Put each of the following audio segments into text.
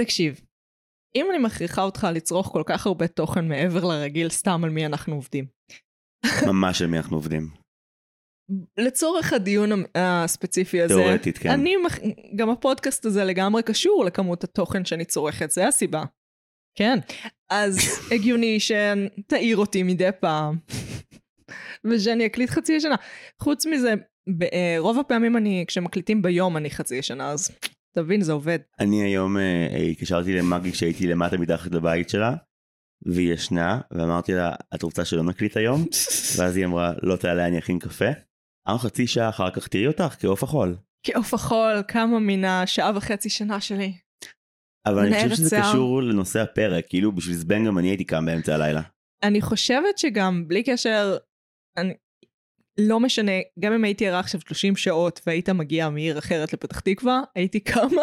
תקשיב, אם אני מכריחה אותך לצרוך כל כך הרבה תוכן מעבר לרגיל, סתם על מי אנחנו עובדים. ממש על מי אנחנו עובדים. לצורך הדיון המ- הספציפי הזה, תיאורטית, כן. אני, מח- גם הפודקאסט הזה לגמרי קשור לכמות התוכן שאני צורכת, זה הסיבה. כן. אז הגיוני שתעיר אותי מדי פעם, ושאני אקליט חצי ישנה. חוץ מזה, ב- אה, רוב הפעמים אני, כשמקליטים ביום אני חצי ישנה, אז תבין, זה עובד. אני היום אה, אה, התקשרתי למגי כשהייתי למטה מתחת לבית שלה, והיא ישנה, ואמרתי לה, את רוצה שלא נקליט היום? ואז היא אמרה, לא תעלה, אני אכין קפה. אמרנו חצי שעה אחר כך תראי אותך כעוף החול. כעוף החול, כמה מן השעה וחצי שנה שלי. אבל אני מנער חושב שזה השיער. קשור לנושא הפרק, כאילו בשביל זבנג גם אני הייתי קם באמצע הלילה. אני חושבת שגם, בלי קשר, אני... לא משנה, גם אם הייתי ערה עכשיו 30 שעות והיית מגיע מעיר אחרת לפתח תקווה, הייתי קמה.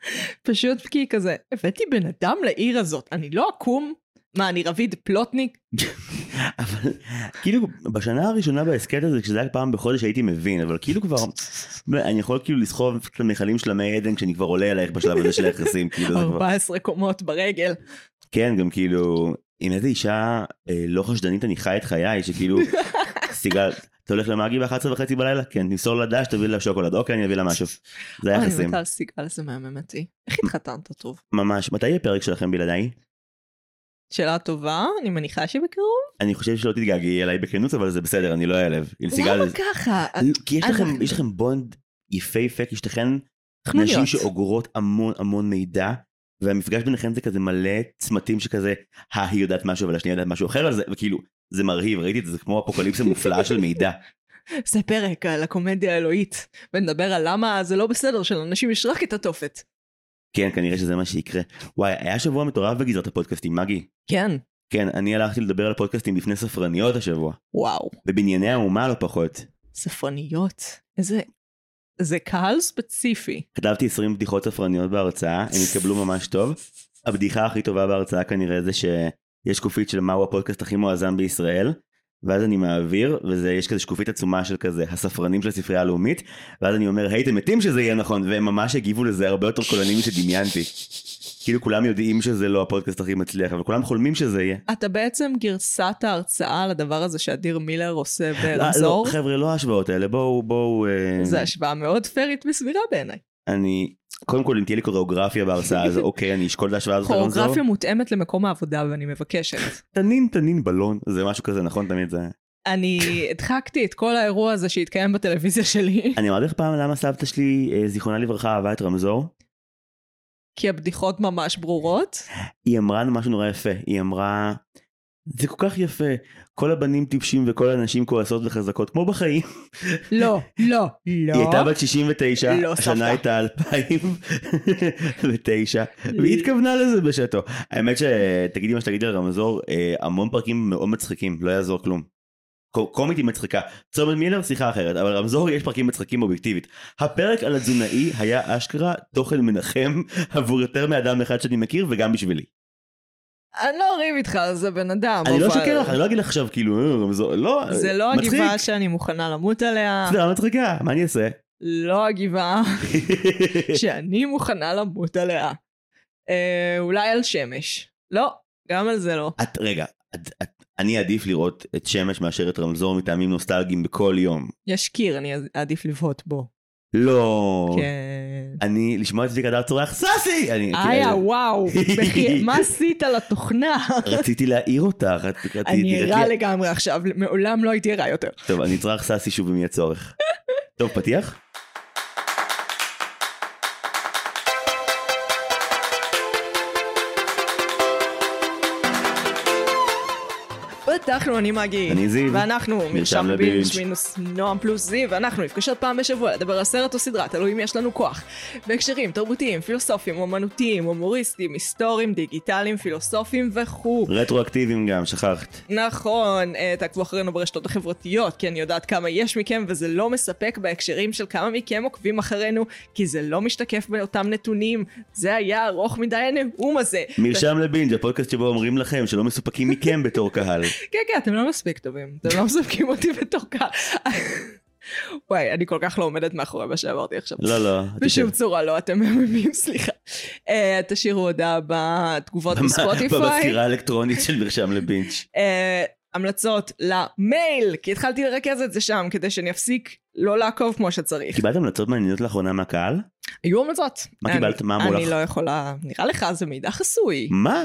פשוט כי כזה, הבאתי בן אדם לעיר הזאת, אני לא אקום. מה, אני רביד פלוטניק? אבל כאילו בשנה הראשונה בהסכת הזה, כשזה היה פעם בחודש הייתי מבין, אבל כאילו כבר, אני יכול כאילו לסחוב את המכלים של המי עדן כשאני כבר עולה אלייך בשלב הזה של היחסים, כאילו זה כבר... 14 קומות ברגל. כן, גם כאילו, עם איזה אישה אה, לא חשדנית אני חי את חיי, שכאילו, סיגל, אתה הולך למאגי ב-11 וחצי בלילה? כן, תמסור לה דש, תביא לה שוקולד. אוקיי, אני אביא לה משהו. זה אוי, היחסים. מטל סיגל זה מהממתי. איך התחתנת טוב? ממש. מתי יהיה פרק שלכם בלעדיי? שאלה טובה, אני מניחה שבקרוב. אני חושב שלא תתגעגעי אליי בכנות, אבל זה בסדר, אני לא אעלב. עם סיגל... למה זה- ככה? כי יש לכם- אנחנו- יש לכם בונד יפהפה, כי יש לכם נשים חנוניות. שאוגרות המון המון מידע. והמפגש ביניכם זה כזה מלא צמתים שכזה, ה, היא יודעת משהו, אבל השנייה יודעת משהו אחר על זה, וכאילו, זה מרהיב, ראיתי את זה, זה כמו אפוקליפסה מופלאה של מידע. זה פרק על הקומדיה האלוהית, ונדבר על למה זה לא בסדר שלאנשים יש רק את התופת. כן, כנראה שזה מה שיקרה. וואי, היה שבוע מטורף בגזרת הפודקאסטים, מגי. כן. כן, אני הלכתי לדבר על פודקאסטים לפני ספרניות השבוע. וואו. בבנייני האומה לא פחות. ספרניות. איזה... זה קהל ספציפי. כתבתי 20 בדיחות ספרניות בהרצאה, הם התקבלו ממש טוב. הבדיחה הכי טובה בהרצאה כנראה זה שיש שקופית של מהו הפודקאסט הכי מואזן בישראל. ואז אני מעביר, ויש כזה שקופית עצומה של כזה הספרנים של הספרייה הלאומית, ואז אני אומר, הייתם מתים שזה יהיה נכון, והם ממש הגיבו לזה הרבה יותר קולנים משדמיינתי. כאילו כולם יודעים שזה לא הפודקאסט הכי מצליח, אבל כולם חולמים שזה יהיה. אתה בעצם גרסת ההרצאה על הדבר הזה שאדיר מילר עושה לא, לא, ברמזור. חבר'ה, לא ההשוואות האלה, בואו, בואו... אה, זו השוואה מאוד פיירית וסבירה בעיניי. אני, קודם כל, אם תהיה לי קוריאוגרפיה בהרצאה, אז אוקיי, אני אשקול את ההשוואה הזאת לרמזור. קוריאוגרפיה מותאמת למקום העבודה ואני מבקשת. תנין, תנין בלון, זה משהו כזה, נכון? תמיד זה... אני הדחקתי את כל האירוע הזה שהתקיים בטלוויזיה שלי, אני אמרתי לך פעם למה סבתא שלי, אה, זיכרונה לברכה, אהבה את רמזור? כי הבדיחות ממש ברורות. היא אמרה משהו נורא יפה, היא אמרה... זה כל כך יפה, כל הבנים טיפשים וכל הנשים כועסות וחזקות, כמו בחיים. לא, לא, לא. היא הייתה בת 69, לא, סבתא. השנה הייתה 2009, והיא התכוונה לזה בשעתו. האמת שתגידי מה שתגידי על רמזור, אה, המון פרקים מאוד מצחיקים, לא יעזור כלום. ק- קומית היא מצחיקה, צומת מילר שיחה אחרת, אבל רמזור יש פרקים מצחיקים אובייקטיבית. הפרק על התזונאי היה אשכרה תוכן מנחם עבור יותר מאדם אחד שאני מכיר וגם בשבילי. אני לא אריב איתך, זה בן אדם. אני לא אבל- אשקר לך, אני לא אגיד לך עכשיו כאילו, אה, רמזור, לא, זה לא מצחיק. הגבעה שאני מוכנה למות עליה, סדרה מצחיקה, מה אני אעשה? לא הגבעה שאני מוכנה למות עליה. אה, אולי על שמש. לא, גם על זה לא. את, רגע, את, את, אני אעדיף לראות את שמש מאשר את רמזור מטעמים נוסטלגיים בכל יום. יש קיר, אני אעדיף לבהות בו. לא. כן. אני, לשמוע את צביקה דאר צורח סאסי! אני, איה, כאילו, וואו, בחי- מה עשית לתוכנה? רציתי להעיר אותך. רצ- רציתי- אני ערה רציתי- לגמרי עכשיו, מעולם לא הייתי ערה יותר. טוב, אני אצרח סאסי שוב אם יהיה צורך. טוב, פתיח? פתחנו, אני מגי. אני זיו. ואנחנו מרשם לבינג' לבינג'. מינוס נועם פלוס זיו, ואנחנו נפגשות פעם בשבוע לדבר על סרט או סדרה, תלוי אם יש לנו כוח. בהקשרים תרבותיים, פילוסופיים, אומנותיים, הומוריסטיים, היסטוריים, דיגיטליים, פילוסופיים וכו'. רטרואקטיביים גם, שכחת. נכון, אה, תעקבו אחרינו ברשתות החברתיות, כי אני יודעת כמה יש מכם, וזה לא מספק בהקשרים של כמה מכם עוקבים אחרינו, כי זה לא משתקף באותם נתונים. זה היה ארוך מדי הנאום הזה. מרשם לבינג', הפודקאסט שבו אומרים לכם שלא מסופקים מכם בתור קהל. כן, כן, אתם לא מספיק טובים, אתם לא מספקים אותי בתור קהל. וואי, אני כל כך לא עומדת מאחורי מה שאמרתי עכשיו. לא, לא. בשום תשב. צורה לא, אתם מהממים, סליחה. Uh, אה, תשאירו הודעה בתגובות במה- בספוטיפיי. במזכירה האלקטרונית של מרשם לבינץ'. אה, המלצות למייל, כי התחלתי לרכז את זה שם כדי שאני אפסיק לא לעקוב כמו שצריך. קיבלת המלצות מעניינות לאחרונה מהקהל? היו המלצות. מה אני- קיבלת? מה אמרו אני לך? לא יכולה, נראה לך זה מידע חסוי, אה, מה?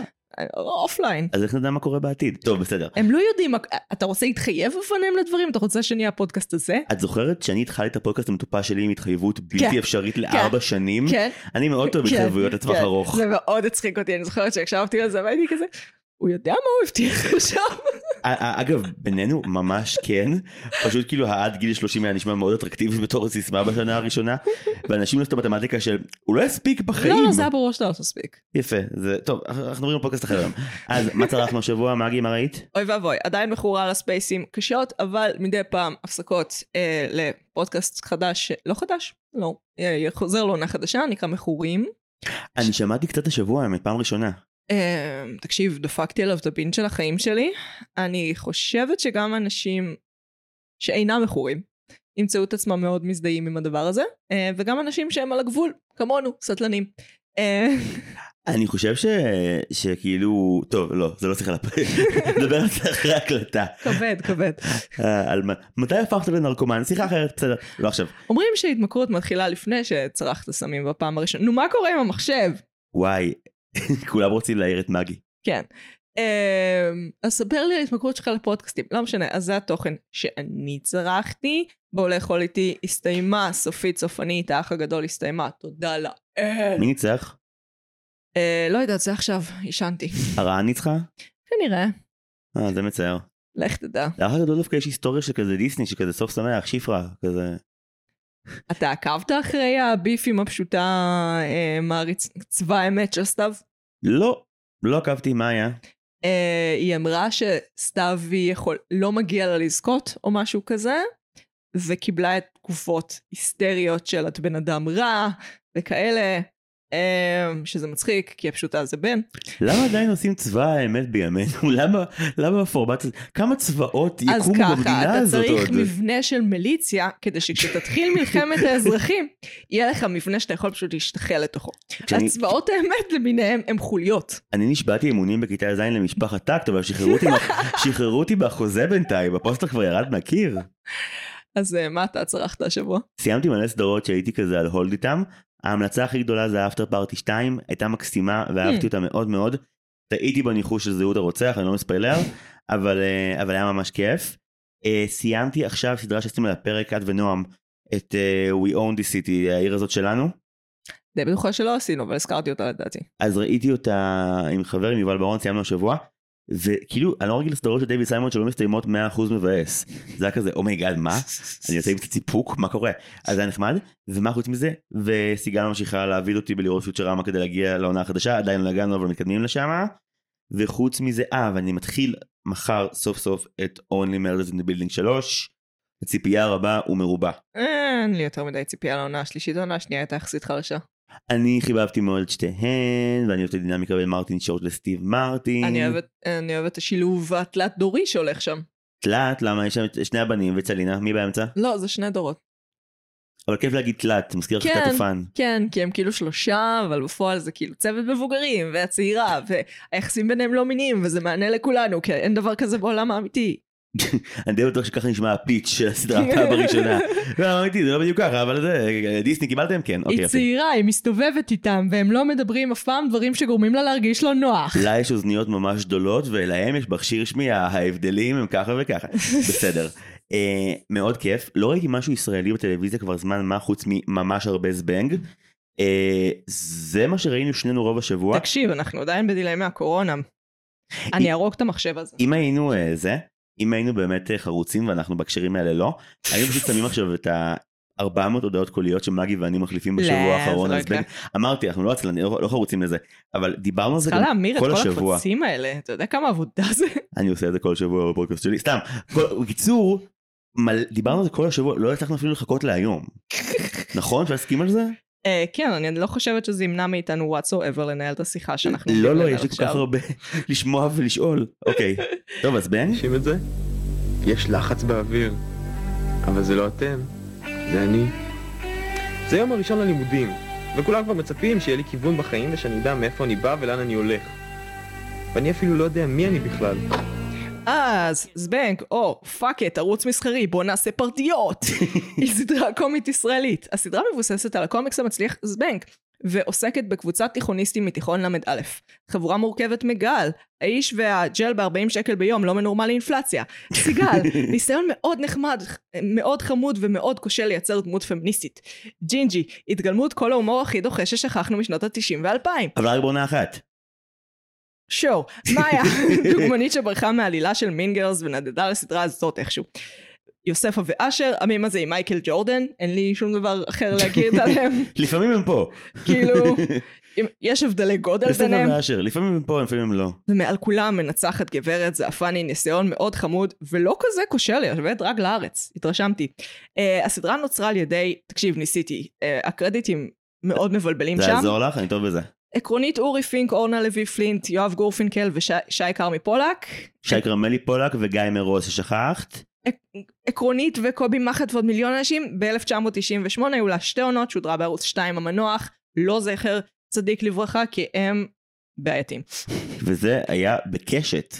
אופליין. אז איך נדע מה קורה בעתיד? טוב, בסדר. הם לא יודעים, מה- אתה רוצה להתחייב בפניהם לדברים? אתה רוצה שנהיה הפודקאסט הזה? את זוכרת שאני התחלתי את הפודקאסט המטופש שלי עם התחייבות בלתי אפשרית לארבע שנים? כן. אני מאוד טוב כן, בהתחייבויות לטווח כן. ארוך. זה מאוד הצחיק אותי, אני זוכרת שהקשבתי לזה והייתי כזה, הוא יודע מה הוא הבטיח עכשיו? א- א- אגב, בינינו ממש כן, פשוט כאילו העד גיל 30 היה נשמע מאוד אטרקטיבי בתור סיסמה בשנה הראשונה, ואנשים לא עשו את המתמטיקה של הוא לא יספיק בחיים. לא, לא, זה היה ברור שאתה לא תספיק. יפה, זה טוב, אנחנו עוברים לפודקאסט אחר היום. אז מה צרכנו השבוע, מגי, מה ראית? אוי ואבוי, עדיין מכורה לספייסים קשות, אבל מדי פעם הפסקות אה, לפודקאסט חדש, לא חדש, לא, אה, חוזר לעונה חדשה, נקרא מכורים. אני שמעתי קצת השבוע, האמת, פעם ראשונה. אה, תקשיב, דפקתי עליו את הבינג' של החיים שלי. אני חושבת שגם אנשים שאינם מכורים ימצאו את עצמם מאוד מזדהים עם הדבר הזה, אה, וגם אנשים שהם על הגבול, כמונו, סטלנים. אה, אני חושב ש... שכאילו, טוב, לא, זה לא שיחה לפרק, נדבר על זה אחרי הקלטה. כבד, כבד. אה, על מה- מתי הפכת לנרקומן? שיחה אחרת, בסדר, לא עכשיו. אומרים שההתמכרות מתחילה לפני שצרכת סמים בפעם הראשונה. נו, מה קורה עם המחשב? וואי, כולם רוצים להעיר את מגי. כן. אמ, אז ספר לי על ההתמכרות שלך לפודקאסטים, לא משנה, אז זה התוכן שאני צרכתי, בואו לאכול איתי, הסתיימה סופית סופנית, האח הגדול הסתיימה, תודה לאל. מי ניצח? אה, לא יודעת, זה עכשיו, עישנתי. הרעה ניצחה? כנראה, אה, זה מצער. לך תדע. לאחר הגדול דווקא יש היסטוריה של כזה דיסני, שכזה סוף שמח, שפרה, כזה. אתה עקבת אחרי הביפים הפשוטה אה, מעריץ צבא האמת של סתיו? לא, לא עקבתי מה היה. אה, היא אמרה שסתיוי יכול, לא מגיע לה לזכות או משהו כזה, וקיבלה את תגובות היסטריות של את בן אדם רע וכאלה, אה, שזה מצחיק, כי הפשוטה זה בן. למה עדיין עושים צבא האמת בימינו? למה, למה הפורמט הזה? כמה צבאות אז יקומו במדינה ככה, אתה הזאת צריך עוד? מבנה של מיליציה, כדי שכשתתחיל מלחמת האזרחים, יהיה לך מבנה שאתה יכול פשוט להשתחל לתוכו. כשאני- הצבאות האמת למיניהם הם חוליות. אני נשבעתי אמונים בכיתה ז' למשפחת טקט, אבל שחררו אותי מה- שחררו אותי בחוזה בינתיים, הפוסטר כבר ירד מהקיר. אז אה, מה אתה צרכת השבוע? סיימתי מלא סדרות שהייתי כזה על הולד איתם. ההמלצה הכי גדולה זה אפטר פארטי 2, הייתה מקסימה ואהבתי אותה מאוד מאוד. טעיתי בניחוש של זהות הרוצח, אני לא מספיילר, אבל, אה, אבל היה ממש כיף. אה, סיימתי עכשיו סדרה שעשיתם על הפרק, את ונועם, את אה, We Own This City, העיר הזאת שלנו. די בטוחה שלא עשינו, אבל הזכרתי אותה לדעתי. אז ראיתי אותה עם חבר, עם יובל ברון, סיימנו השבוע. וכאילו, אני לא רגיל לסדרות של דיוויד סיימון שלא מסתיימות 100% מבאס. זה היה כזה, אומייגאד, מה? אה? אני יוצא עם קצת סיפוק, מה קורה? אז זה היה נחמד, ומה חוץ מזה? וסיגל ממשיכה להעביד אותי בלראות פיוטרמה כדי להגיע לעונה החדשה, עדיין לא הגענו אבל מתקדמים לשם. וחוץ מזה, אה, ואני מתחיל מחר סוף סוף את Only Murders in the Building 3. הציפייה הרבה ומרובה. אה, אין לי יותר מדי ציפייה לעונה השלישית, העונה השנייה הייתה יחסית חלשה. Mm. אני חיבבתי מאוד את שתיהן, ואני אוהב את הדינמיקה בין מרטין שורט לסטיב מרטין. אני אוהבת- אני אוהבת את השילוב התלת דורי שהולך שם. תלת, למה יש שם את שני הבנים וצלינה, מי באמצע? לא, זה שני דורות. אבל כיף להגיד תלת, מזכיר לך כן. את הפאן. כן, כי הם כאילו שלושה, אבל בפועל זה כאילו צוות מבוגרים, והצעירה, והיחסים ביניהם לא מיניים, וזה מענה לכולנו, כי אין דבר כזה בעולם האמיתי. אני די בטוח שככה נשמע הפיץ' של הסדרה הפעם הראשונה. לא, אמיתי, זה לא בדיוק ככה, אבל זה, דיסני קיבלתם? כן, אוקיי, היא יפה. צעירה, היא מסתובבת איתם, והם לא מדברים אף פעם דברים שגורמים לה להרגיש לא נוח. לה יש אוזניות ממש גדולות, ולהם יש מכשיר שמיעה, ההבדלים הם ככה וככה. בסדר. אה, מאוד כיף. לא ראיתי משהו ישראלי בטלוויזיה כבר זמן מה, חוץ מממש הרבה זבנג. אה, זה מה שראינו שנינו רוב השבוע. תקשיב, אנחנו עדיין בדיליי מהקורונה. אני ארוג את המחשב הזה. אם היינו אה, זה, אם היינו באמת אה, חרוצים ואנחנו בהקשרים האלה לא, היינו פשוט שמים עכשיו את ה... 400 הודעות קוליות שמגי ואני מחליפים בשבוע לא, זה האחרון, לא אז יקרה. בין- אמרתי, אנחנו לא עצלנים, לא לא חרוצים לזה, אבל דיברנו על זה צריכה גם, להמיר את כל כל השבוע. הקבצים האלה, אתה יודע כמה עבודה זה? אני עושה את זה כל שבוע בפודקאסט שלי, סתם, כל- בקיצור, מל- דיברנו על זה כל השבוע, לא הצלחנו אפילו לחכות להיום, נכון? אפשר להסכים על זה? אה, כן, אני לא חושבת שזה ימנע מאיתנו what so ever לנהל את השיחה שאנחנו... לא, עומדים לא, לנהל יש לי כל כך עכשיו. הרבה לשמוע ולשאול, אוקיי, טוב אז בן, מרגישים את זה? יש לחץ באוויר, אבל זה לא אתם, זה אני. זה יום הראשון ללימודים, וכולם כבר מצפים שיהיה לי כיוון בחיים ושאני אדע מאיפה אני בא ולאן אני הולך. ואני אפילו לא יודע מי אני בכלל. אז, זבנג, או, פאק את, ערוץ מסחרי, בוא נעשה פרטיות. היא סדרה קומית ישראלית. הסדרה מבוססת על הקומיקס המצליח זבנג, ועוסקת בקבוצת תיכוניסטים מתיכון ל"א. חבורה מורכבת מגל, האיש והג'ל ב-40 שקל ביום, לא מנורמל לאינפלציה. סיגל, ניסיון מאוד נחמד, מאוד חמוד ומאוד כושל לייצר דמות פמיניסטית. ג'ינג'י, התגלמות כל ההומור הכי דוחה ששכחנו משנות ה-90 וה-2000. אבל רק בעונה אחת. שואו, מאיה, דוגמנית שברחה מעלילה של מין גרס ונדדה לסדרה הזאת איכשהו. יוספה ואשר, המים הזה עם מייקל ג'ורדן, אין לי שום דבר אחר להגיד עליהם, לפעמים הם פה. כאילו, אם- יש הבדלי גודל בסדר ביניהם, ואשר, לפעמים הם פה, לפעמים הם לא. ומעל כולם מנצחת גברת זעפני, ניסיון מאוד חמוד, ולא כזה כושל, יושבת רק לארץ, התרשמתי. אה, הסדרה נוצרה על ידי, תקשיב, ניסיתי, אה, הקרדיטים מאוד מבלבלים זה שם. כן. יעזור לך? אני טוב בזה. עקרונית אורי פינק, אורנה לוי פלינט, יואב גורפינקל ושי כרמי פולק. שי כרמלי פולק וגיא מרוז ששכחת. עקרונית וקובי מחט ועוד מיליון אנשים, ב-1998 היו לה שתי עונות, שודרה בערוץ 2 המנוח, לא זכר צדיק לברכה, כי הם בעייתיים. וזה היה בקשת.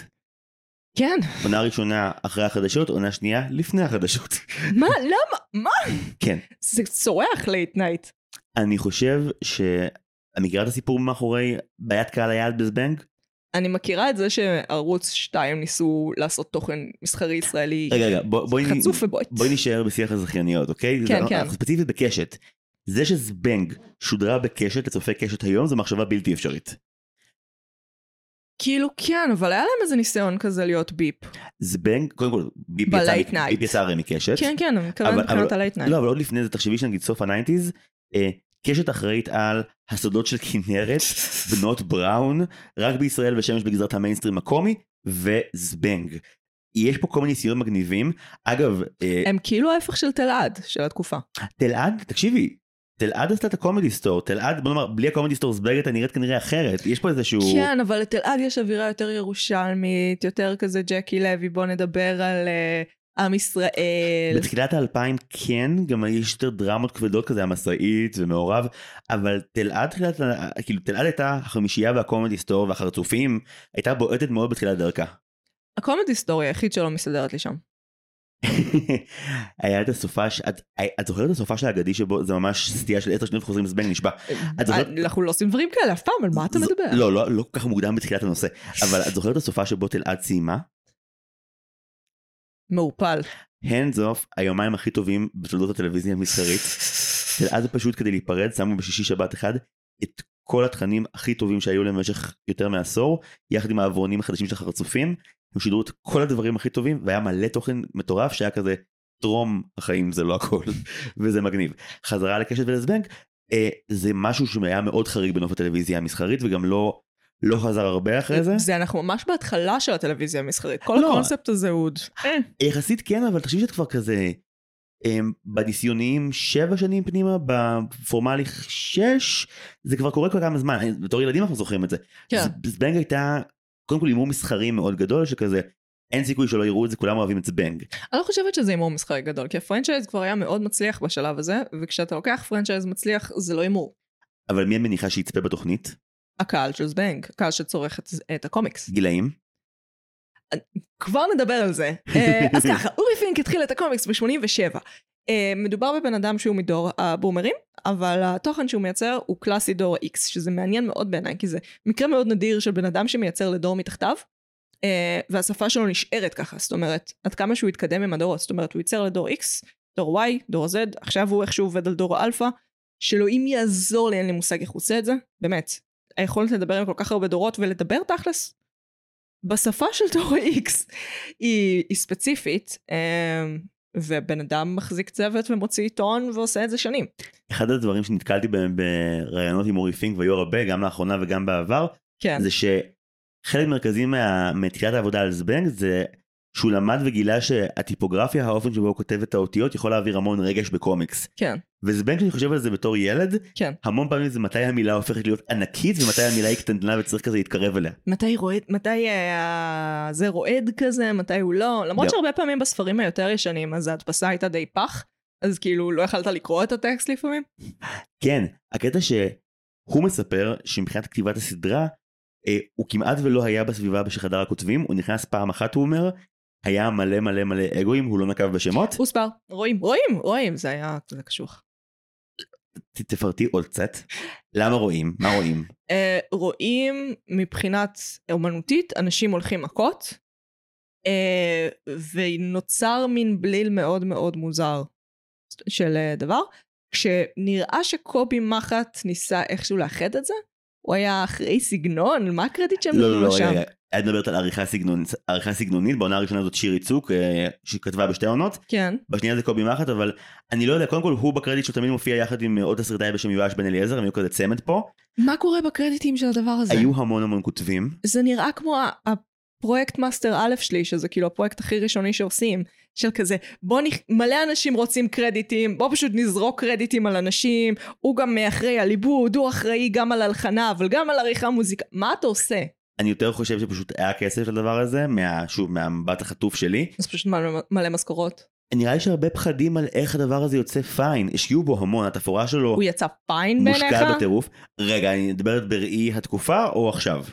כן, עונה ראשונה אחרי החדשות, עונה שנייה לפני החדשות. מה, למה, מה? כן. זה צורח לייט נייט. אני חושב ש... את מכירה את הסיפור מאחורי בעיית קהל היעד בזבנג? אני מכירה את זה שערוץ 2 ניסו לעשות תוכן מסחרי ישראלי רגע, רגע, בוא- בואי... חצוף ובועט. בואי נישאר בשיח הזכייניות, אוקיי? כן, זה- כן. אנחנו ספציפית בקשת. זה שזבנג שודרה בקשת לצופי קשת היום זו מחשבה בלתי אפשרית. כאילו כן, אבל היה להם איזה ניסיון כזה להיות ביפ. כן. זבנג, קודם כל, ביפ יצא- ב-late night. ביפ יצא הרי מקשת. כן, כן, אני מתכוונת אבל- מבחינת אבל- הלייט נייט. לא, אבל עוד לפני זה, תחשבי שנגיד סוף הניינטיז, אה, קשת אחראית על הסודות של כנרת, בנות בראון, רק בישראל ושמש בגזרת המיינסטרים הקומי, וזבנג. יש פה כל מיני סיורים מגניבים. אגב, אה, הם כאילו ההפך של תלעד, של התקופה. תלעד, תקשיבי, תלעד עשתה את הקומדי סטור, תלעד, בוא נאמר, בלי הקומדי סטור זבנג הייתה נראית כנראה אחרת, יש פה איזשהו... כן, אבל לתל אביב יש אווירה יותר ירושלמית, יותר כזה ג'קי לוי, בוא נדבר על אה, עם ישראל. בתחילת האלפיים כן, גם יש יותר דרמות כבדות כזה, המשאית ומעורב, אבל תלעד, תחילת, ה- כאילו תלעד הייתה החמישייה והקומדי סטור והחרצופים, הייתה בועטת מאוד בתחילת דרכה. הקומדי סטורי היחיד שלא מסתדרת לי שם. היה את הסופש, את, את זוכרת את הסופש האגדי שבו זה ממש סטייה של עשר שניות וחוזרים לזבנג נשבע. את זוכרת- אנחנו לא עושים דברים כאלה אף פעם, על מה אתה ז- מדבר? לא, לא, לא כל כך מוקדם בתחילת הנושא, אבל את זוכרת את הסופש שבו תלעד סיימה? מעורפל. hands off היומיים הכי טובים בתולדות הטלוויזיה המסחרית. אלעד פשוט כדי להיפרד שמו בשישי שבת אחד את כל התכנים הכי טובים שהיו להם במשך יותר מעשור יחד עם העברונים החדשים של החרצופים. הם שידרו את כל הדברים הכי טובים והיה מלא תוכן מטורף שהיה כזה טרום החיים זה לא הכל וזה מגניב. חזרה לקשת ולזבנג אה, זה משהו שהיה מאוד חריג בנוף הטלוויזיה המסחרית וגם לא לא חזר הרבה אחרי זה. זה אנחנו ממש בהתחלה של הטלוויזיה המסחרית. כל לא. הקונספט הזה הוא עוד. אה, יחסית כן, אבל תחשבי שאת כבר כזה אמ, בניסיוניים שבע שנים פנימה, בפורמלי שש, זה כבר קורה כבר כמה זמן, אני- בתור ילדים אנחנו זוכרים את זה. כן. ז- זבנג הייתה, קודם כל הימור מסחרי מאוד גדול, שכזה, אין סיכוי שלא יראו את זה, כולם אוהבים את זבנג. אני לא חושבת שזה הימור מסחרי גדול, כי הפרנצ'ייז כבר היה מאוד מצליח בשלב הזה, וכשאתה לוקח פרנצ'ייז מצליח, זה לא הימור. אבל מי את מניחה שיצפה בתוכנית? הקהל של זבנג, הקהל שצורך את, את הקומיקס. גילאים? כבר נדבר על זה. אה, אז ככה, אורי פינק התחיל את הקומיקס ב-87. אה, מדובר בבן אדם שהוא מדור הבומרים, אבל התוכן שהוא מייצר הוא קלאסי דור ה-X, שזה מעניין מאוד בעיניי, כי זה מקרה מאוד נדיר של בן אדם שמייצר לדור מתחתיו, אה, והשפה שלו נשארת ככה, זאת אומרת, עד כמה שהוא התקדם עם הדור, זאת אומרת, הוא ייצר לדור X, דור Y, דור Z, עכשיו הוא איכשהו עובד על דור האלפא, שאלוהים יעזור לי, אין לי מושג איך הוא עושה את זה, באמת. היכולת לדבר עם כל כך הרבה דורות ולדבר תכלס, בשפה של דור ה-X היא, היא ספציפית, אמ, ובן אדם מחזיק צוות ומוציא עיתון ועושה את זה שנים. אחד הדברים שנתקלתי בהם בראיונות עם אורי פינק ויורם הרבה, גם לאחרונה וגם בעבר, כן. זה שחלק מרכזי מה... מתחילת העבודה על זבנג זה שהוא למד וגילה שהטיפוגרפיה, האופן שבו הוא כותב את האותיות, יכול להעביר המון רגש בקומיקס. כן. וזבנג, כשאני חושב על זה בתור ילד, כן. המון פעמים זה מתי המילה הופכת להיות ענקית ומתי המילה היא קטנטנה וצריך כזה להתקרב אליה. מתי, רועד, מתי אה, זה רועד כזה, מתי הוא לא. למרות גם- שהרבה פעמים בספרים היותר ישנים, אז ההדפסה הייתה די פח, אז כאילו, לא יכלת לקרוא את הטקסט לפעמים? כן, הקטע שהוא מספר שמבחינת כתיבת הסדרה, אה, הוא כמעט ולא היה בסביבה של חדר הכותבים, הוא נכנס פעם אחת, הוא אומר, היה מלא מלא מלא אגואים, הוא לא נקב בשמות. הוסבר, רואים, רואים, רואים, זה היה כזה קשוח. ת- תפרטי עוד קצת. למה רואים? מה רואים? אה, רואים מבחינת אומנותית, אנשים הולכים מכות, אה, ונוצר מין בליל מאוד מאוד מוזר של אה, דבר, כשנראה שקובי מחט ניסה איכשהו לאחד את זה, הוא היה אחראי סגנון, מה הקרדיט שהם לא, נתנו לא, לו לא, שם? רגע, רגע. את מדברת על עריכה סגנונית, עריכה סגנונית, בעונה הראשונה זאת שירי צוק, אה, שכתבה בשתי עונות, כן, בשנייה זה קובי מחט, אבל אני לא יודע, קודם כל הוא בקרדיט שהוא תמיד מופיע יחד עם אה, עוד תסריטאי בשם יואש בן אליעזר, הם היו כזה צמד פה, מה קורה בקרדיטים של הדבר הזה? היו המון המון כותבים, זה נראה כמו ה- הפרויקט מאסטר א' שלי, שזה כאילו הפרויקט הכי ראשוני שעושים, של כזה, בוא נכ... מלא אנשים רוצים קרדיטים, בוא פשוט נזרוק קרדיטים על אנשים, הוא גם אחראי על עיבוד, הוא אחראי גם על הלחנה, אבל גם על עריכה מוזיקה, מה אתה עושה? אני יותר חושב שפשוט היה כסף לדבר הזה, מה, שוב, מהמבט החטוף שלי. אז פשוט מלא, מלא משכורות. נראה לי שהרבה פחדים על איך הדבר הזה יוצא פיין, השקיעו בו המון, התפאורה שלו הוא יצא פיין בעיניך? מושקעת בטירוף. רגע, אני מדברת בראי התקופה או עכשיו?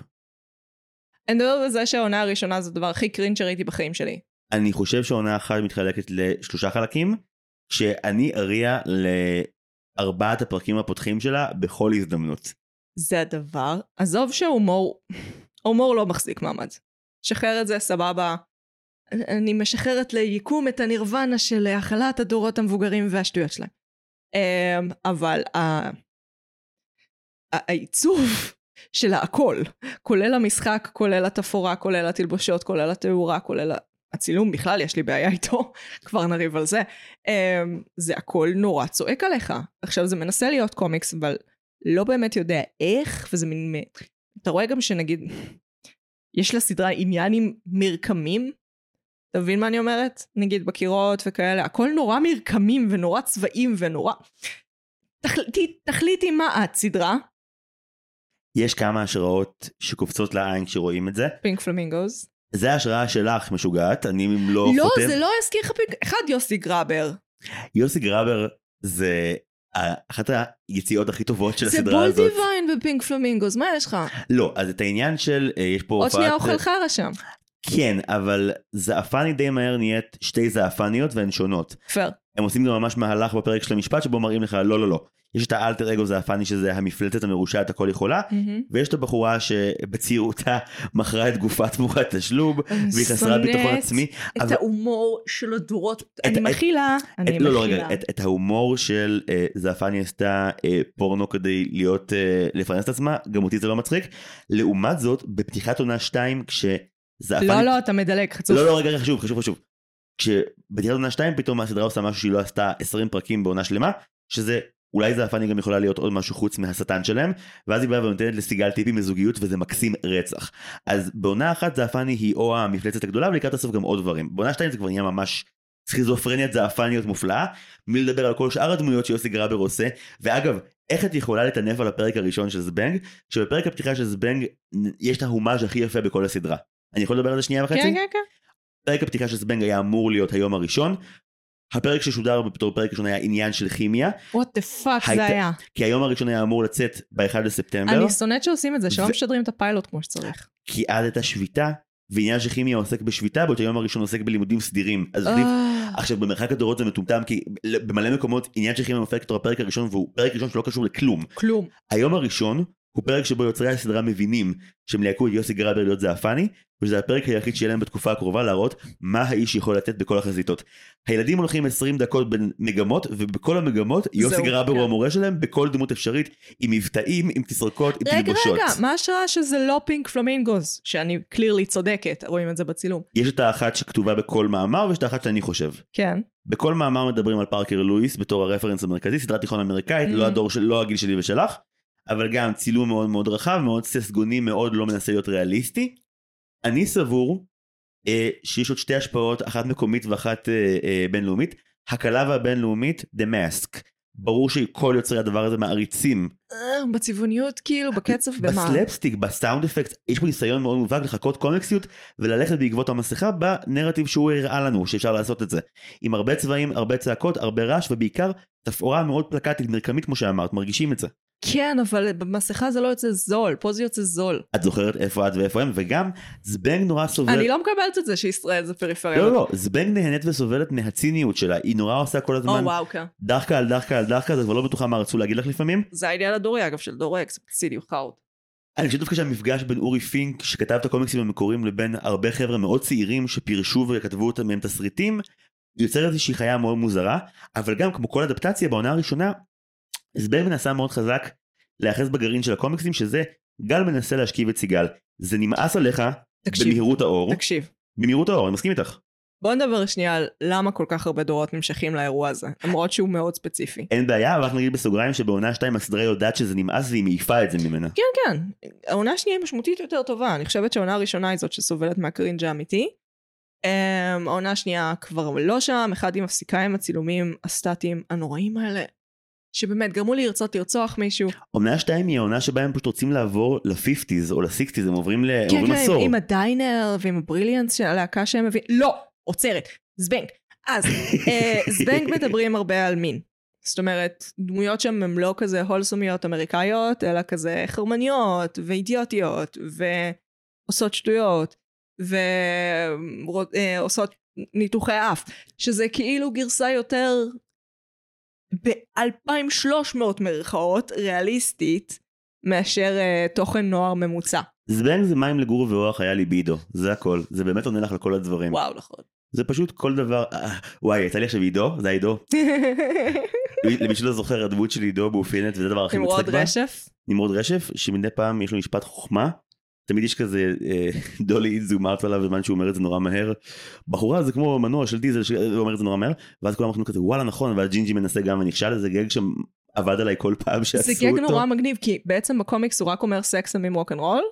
אני מדבר על זה שהעונה הראשונה זה הדבר הכי קרינג' שראיתי בחיים שלי. אני חושב שעונה אחת מתחלקת לשלושה חלקים, שאני אריע לארבעת הפרקים הפותחים שלה בכל הזדמנות. זה הדבר. עזוב שהומור, הומור לא מחזיק מעמד. שחרר את זה, סבבה. אני משחררת ליקום את הנירוונה של הכלת הדורות המבוגרים והשטויות שלהם. אמ, אבל ה- ה- העיצוב של הכל, כולל המשחק, כולל התפאורה, כולל התלבושות, כולל התאורה, כולל ה- הצילום בכלל, יש לי בעיה איתו, כבר נריב על זה. אמ, זה הכל נורא צועק עליך. עכשיו זה מנסה להיות קומיקס, אבל לא באמת יודע איך, וזה מין... מ- אתה רואה גם שנגיד, יש לסדרה עניין עם מרקמים? אתה מבין מה אני אומרת? נגיד בקירות וכאלה, הכל נורא מרקמים ונורא צבעים ונורא... תחליטי, תחליטי מה את, סדרה? יש כמה השראות שקופצות לעין כשרואים את זה. פינק פלמינגוז. זה ההשראה שלך, משוגעת, אני לא, לא, חותם. זה לא יזכיר לך פינק... אחד יוסי גראבר. יוסי גראבר זה ה- אחת היציאות הכי טובות של זה הסדרה בול הזאת. דיוויין בפינק פלמינגוז, מה יש לך? לא, אז את העניין של אה, יש פה עוד שנייה אוכל אה, חרא שם. כן, אבל זעפני די מהר נהיית שתי זעפניות והן שונות. פייר. הם עושים גם ממש מהלך בפרק של המשפט שבו מראים לך לא לא לא. יש את האלטר אגו זעפני שזה המפלצת המרושעת הכל יכולה, ויש את הבחורה שבצעירותה מכרה את גופה תמורת תשלום, והיא חסרת ביטחון עצמי. את אבל- ההומור של הדורות. אני את- מכילה. את, אני לא, לא, רגע, מכילה. את, את ההומור של אה, זעפני עשתה אה, פורנו כדי להיות, אה, לפרנס את עצמה, גם אותי זה לא מצחיק. לעומת זאת, בפתיחת עונה 2, כשזעפני... לא, לא, אתה מדלג, חצוף. לא, לא, רגע, רגע, חשוב, חשוב, חשוב. כשבתחילת עונה 2 פתאום הסדרה עושה משהו שהיא לא עשתה 20 פרקים בעונה שלמה, שזה אולי זעפני גם יכולה להיות עוד משהו חוץ מהשטן שלהם, ואז היא באה ונותנת לסיגל טיפים לזוגיות וזה מקסים רצח. אז בעונה אחת זעפני היא או המפלצת הגדולה ולקראת הסוף גם עוד דברים. בעונה 2 זה כבר נהיה ממש סכיזופרניית זעפניות מופלאה, מי לדבר על כל שאר הדמויות שיוסי גראבר עושה, ואגב, איך את יכולה לטנף על הפרק הראשון של זבנג, שבפרק הפתיחה של זבנג יש את ההומאז' הכי יפה בכל הסדרה. אני יכול לדבר על זה שנייה וחצי? כן, כן, כן. פרק הפתיחה של זבנג היה אמור להיות היום הראשון. הפרק ששודר בתור פרק ראשון היה עניין של כימיה, וואט דה פאק הייטק. זה היה. כי היום הראשון היה אמור לצאת ב-1 לספטמבר, אני שונאת שעושים את זה, שלא ו- משדרים את הפיילוט כמו שצריך. כי אז הייתה שביתה, ועניין של כימיה עוסק בשביתה, בעוד היום הראשון עוסק בלימודים סדירים. אז עדיף... אה, עכשיו במרחק הדורות זה מטומטם, כי במלא מקומות עניין של כימיה מופיע כתור הפרק הראשון, והוא פרק ראשון שלא קשור לכלום. כלום. היום הראשון הוא פרק שבו יוצרי הסדרה מבינים שהם ליהקו את יוסי גראבר להיות זעפני, וזה הפרק היחיד שיהיה להם בתקופה הקרובה להראות מה האיש יכול לתת בכל החזיתות. הילדים הולכים 20 דקות בין מגמות, ובכל המגמות יוסי זהו, גראבר כן. הוא המורה שלהם בכל דמות אפשרית, עם מבטאים, עם תסרוקות, עם רגע, תלבושות. רגע, מה השראה שזה לא פינק פלמינגוז? שאני קלירלי צודקת, רואים את זה בצילום. יש את האחת שכתובה בכל מאמר, ויש את האחת שאני חושב. כן. בכל מאמר מדברים על פארקר לואיס בתור הרפרנס המרכזי, סדרת תיכון אמריקאית, Mm. לא הדור של, לא הגיל שלי ושלך, אבל גם צילום מאוד מאוד רחב, מאוד ססגוני, מאוד לא מנסה להיות ריאליסטי. אני סבור אה, שיש עוד שתי השפעות, אחת מקומית ואחת אה, אה, בינלאומית. הקלה והבינלאומית, The Mask. ברור שכל יוצרי הדבר הזה מעריצים. אה, בצבעוניות, כאילו, אה, בקצב, במה? בסלפסטיק, בסאונד אפקט, יש פה ניסיון מאוד מובהק לחכות קומיקסיות וללכת בעקבות המסכה בנרטיב שהוא הראה לנו שאפשר לעשות את זה. עם הרבה צבעים, הרבה צעקות, הרבה רעש ובעיקר תפאורה מאוד פלקטית, מרקמית כמו שאמרת, מרגישים את זה. כן, אבל במסכה זה לא יוצא זול, פה זה יוצא זול. את זוכרת איפה את ואיפה הם, וגם זבנג נורא סובלת... אני לא מקבלת את זה שישראל זה פריפריה. לא, לא, לא, זבנג נהנית וסובלת מהציניות שלה, היא נורא עושה כל או הזמן וואו, כן. דחקה על דחקה על דחקה, זה כבר לא בטוחה מה רצו להגיד לך לפעמים. זה האידיאל הדורי, אגב, של דורק, זה בסידיוק חאוט. אני חושב דווקא שהמפגש בין אורי פינק שכתב את הקומיקסים המקוריים לבין הרבה חבר'ה מאוד צעירים שפירשו וכתבו אותם מהם תסריטים יוצר איזושהי חיה מאוד מוזרה אבל גם כמו כל אדפטציה בעונה הראשונה הסבר מנסה מאוד חזק להיאחז בגרעין של הקומיקסים שזה גל מנסה להשכיב את סיגל זה נמאס עליך תקשיב, במהירות האור תקשיב. במהירות האור אני מסכים איתך בוא נדבר שנייה על למה כל כך הרבה דורות נמשכים לאירוע הזה, למרות שהוא מאוד ספציפי. אין בעיה אבל רק נגיד בסוגריים שבעונה 2 הסדרה יודעת שזה נמאס והיא מעיפה את זה ממנה כן, כן. העונה השנייה היא משמעותית יותר טובה. אני חושבת שהעונה הראשונה היא זאת שסובלת מהקרינג' האמיתי. Um, העונה השנייה כבר לא שם, אחד היא מפסיקה עם הצילומים הסטטיים הנוראים האלה, שבאמת גרמו לי לרצות לרצוח מישהו. עונה 2 היא העונה שבה הם פשוט רוצים לעבור ל-50's או ל-60's הם עוברים ל- הם כן, עוברים כן, עם, עשור עם הדיינר ועם הבריליאנס של הלהקה שהם מביאים... לא! עוצרת. זבנג. אז, אה, זבנג מדברים הרבה על מין. זאת אומרת, דמויות שם הן לא כזה הולסומיות אמריקאיות, אלא כזה חרמניות ואידיוטיות, ועושות שטויות, ועושות ניתוחי אף, שזה כאילו גרסה יותר ב-2300 מירכאות ריאליסטית, מאשר אה, תוכן נוער ממוצע. זבנג זה מים לגור ואורח היה ליבידו, זה הכל, זה באמת עונה לך על כל הדברים. וואו. וואו, נכון. זה פשוט כל דבר, אה, וואי, יצא לי עכשיו עידו, זה היה עידו. למי שלא זוכר, הדמות של עידו מאופיינת, וזה הדבר הכי מצחיק נמרוד בה. רשף. נמרוד רשף, שמדי פעם יש לו משפט חוכמה. תמיד יש כזה אה, דולי אין זום ארץ עליו בזמן שהוא אומר את זה נורא מהר. בחורה זה כמו מנוע של דיזל שאומר את זה נורא מהר, ואז כולם אומרים כזה וואלה נכון, ואז ג'ינג'י מנסה גם ונכשל, זה גג שעבד עליי כל פעם שעשו זה אותו. גג נורא מגניב, כי בעצם בקומיקס הוא רק אומר סקס סמים רוקנרול.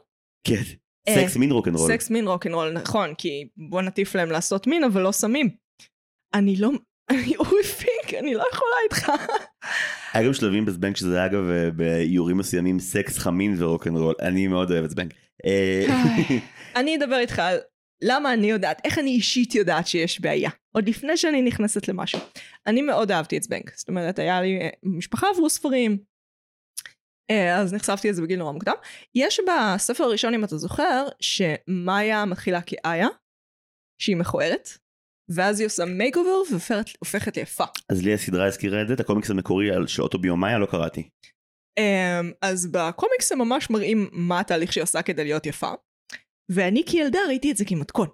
כן, אה, סקס מין רוקנרול. סקס מין רוקנרול, נכון, כי בוא נטיף להם לעשות מין, אבל לא סמים. אני לא... אני אורי פינק, אני לא יכולה איתך. היה גם שלבים בזבנג שזה היה אגב אה, באיורים מסוימים סקס חמין ורוקנרול אני מאוד אוהב את זבנג. אה, אני אדבר איתך על למה אני יודעת, איך אני אישית יודעת שיש בעיה. עוד לפני שאני נכנסת למשהו. אני מאוד אהבתי את זבנג. זאת אומרת, היה לי אה, משפחה עברו ספרים. אה, אז נחשפתי לזה בגיל נורא מוקדם. יש בספר הראשון, אם אתה זוכר, שמאיה מתחילה כאיה, שהיא מכוערת, ואז היא עושה מייק אובר והופכת ליפה. אז לי הסדרה הזכירה את זה את הקומיקס המקורי על- של אוטוביומאיה לא קראתי. אמ, אז בקומיקס הם ממש מראים מה התהליך שהיא עושה כדי להיות יפה. ואני כילדה ראיתי את זה כמתכון.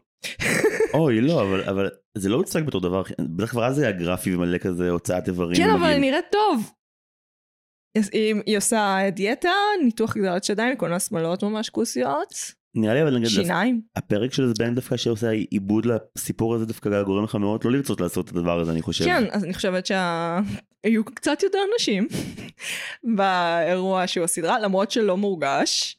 אוי לא אבל אבל זה לא הוצג בתור דבר בטח כבר אז זה היה גרפי ומלא כזה הוצאת איברים. כן, אבל ומגעיל. היא נראית טוב. אז היא, היא עושה דיאטה, ניתוח גדלת שדיים, כל מיני שמאלות ממש כוסיות, נראה לי אבל נגיד דווקא- שיניים. הפרק של זבנג דווקא שעושה עיבוד לסיפור הזה דווקא גורם לך מאוד לא לרצות לעשות את הדבר הזה אני חושב. כן, אז אני חושבת שהיו קצת יותר נשים באירוע שהוא הסדרה, למרות שלא מורגש.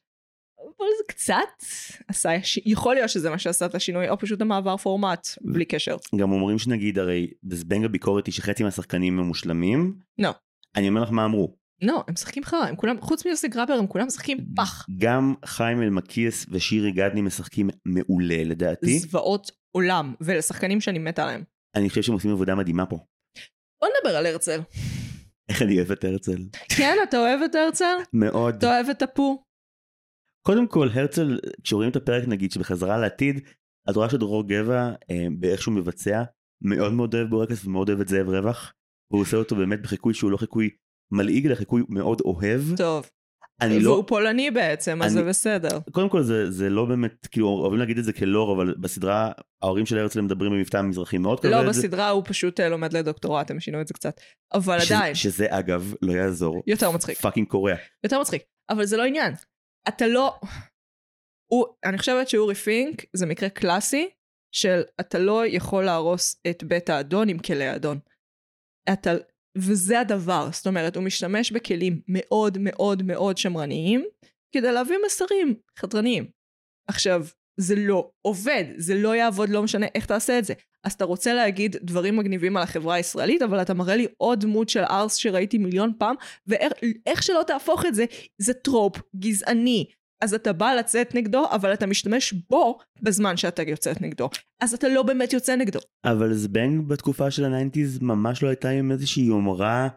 אבל זה קצת עשה, יכול להיות שזה מה שעשה את השינוי, או פשוט המעבר פורמט, בלי קשר. גם אומרים שנגיד הרי בזבנג הביקורת היא שחצי מהשחקנים הם מושלמים. לא. אני אומר לך מה אמרו. לא, הם משחקים חרא, הם כולם, חוץ מיוסי גראבר, הם כולם משחקים פח. גם חיים אלמקיס ושירי גדני משחקים מעולה לדעתי. זוועות עולם, ולשחקנים שאני מתה עליהם. אני חושב שהם עושים עבודה מדהימה פה. בוא נדבר על הרצל. איך אני אוהב את הרצל. כן, אתה אוהב את הרצל? מאוד. אתה אוהב את הפו? קודם כל הרצל, כשרואים את הפרק נגיד שבחזרה לעתיד, את רואה שדרור גבע אה, באיך שהוא מבצע, מאוד מאוד אוהב בורקס ומאוד אוהב את זאב רווח. והוא עושה אותו באמת בחיקוי שהוא לא חיקוי מלעיג, אלא חיקוי מאוד אוהב. טוב. אה, אני לא... והוא פולני בעצם, אז אני- זה בסדר. קודם כל זה, זה לא באמת, כאילו אוהבים להגיד את זה כלור, אבל בסדרה ההורים של הרצל מדברים במבטא מזרחי מאוד כבד. לא, בסדרה הוא פשוט אה, לומד לדוקטורט, הם שינו את זה קצת. אבל ש- עדיין, שזה אגב לא יעזור. יותר מצחיק. פאקינג קוריאה. יותר מצחיק. אבל זה לא עניין. אתה לא... הוא, אני חושבת שאורי פינק זה מקרה קלאסי של אתה לא יכול להרוס את בית האדון עם כלי האדון. אתה, וזה הדבר, זאת אומרת, הוא משתמש בכלים מאוד מאוד מאוד שמרניים כדי להביא מסרים חתרניים. עכשיו, זה לא עובד, זה לא יעבוד, לא משנה איך תעשה את זה. אז אתה רוצה להגיד דברים מגניבים על החברה הישראלית, אבל אתה מראה לי עוד דמות של ארס שראיתי מיליון פעם, ואיך איך שלא תהפוך את זה, זה טרופ גזעני. אז אתה בא לצאת נגדו, אבל אתה משתמש בו בזמן שאתה יוצא נגדו. אז אתה לא באמת יוצא נגדו. אבל זבנג בתקופה של הניינטיז ממש לא הייתה עם איזושהי יומרה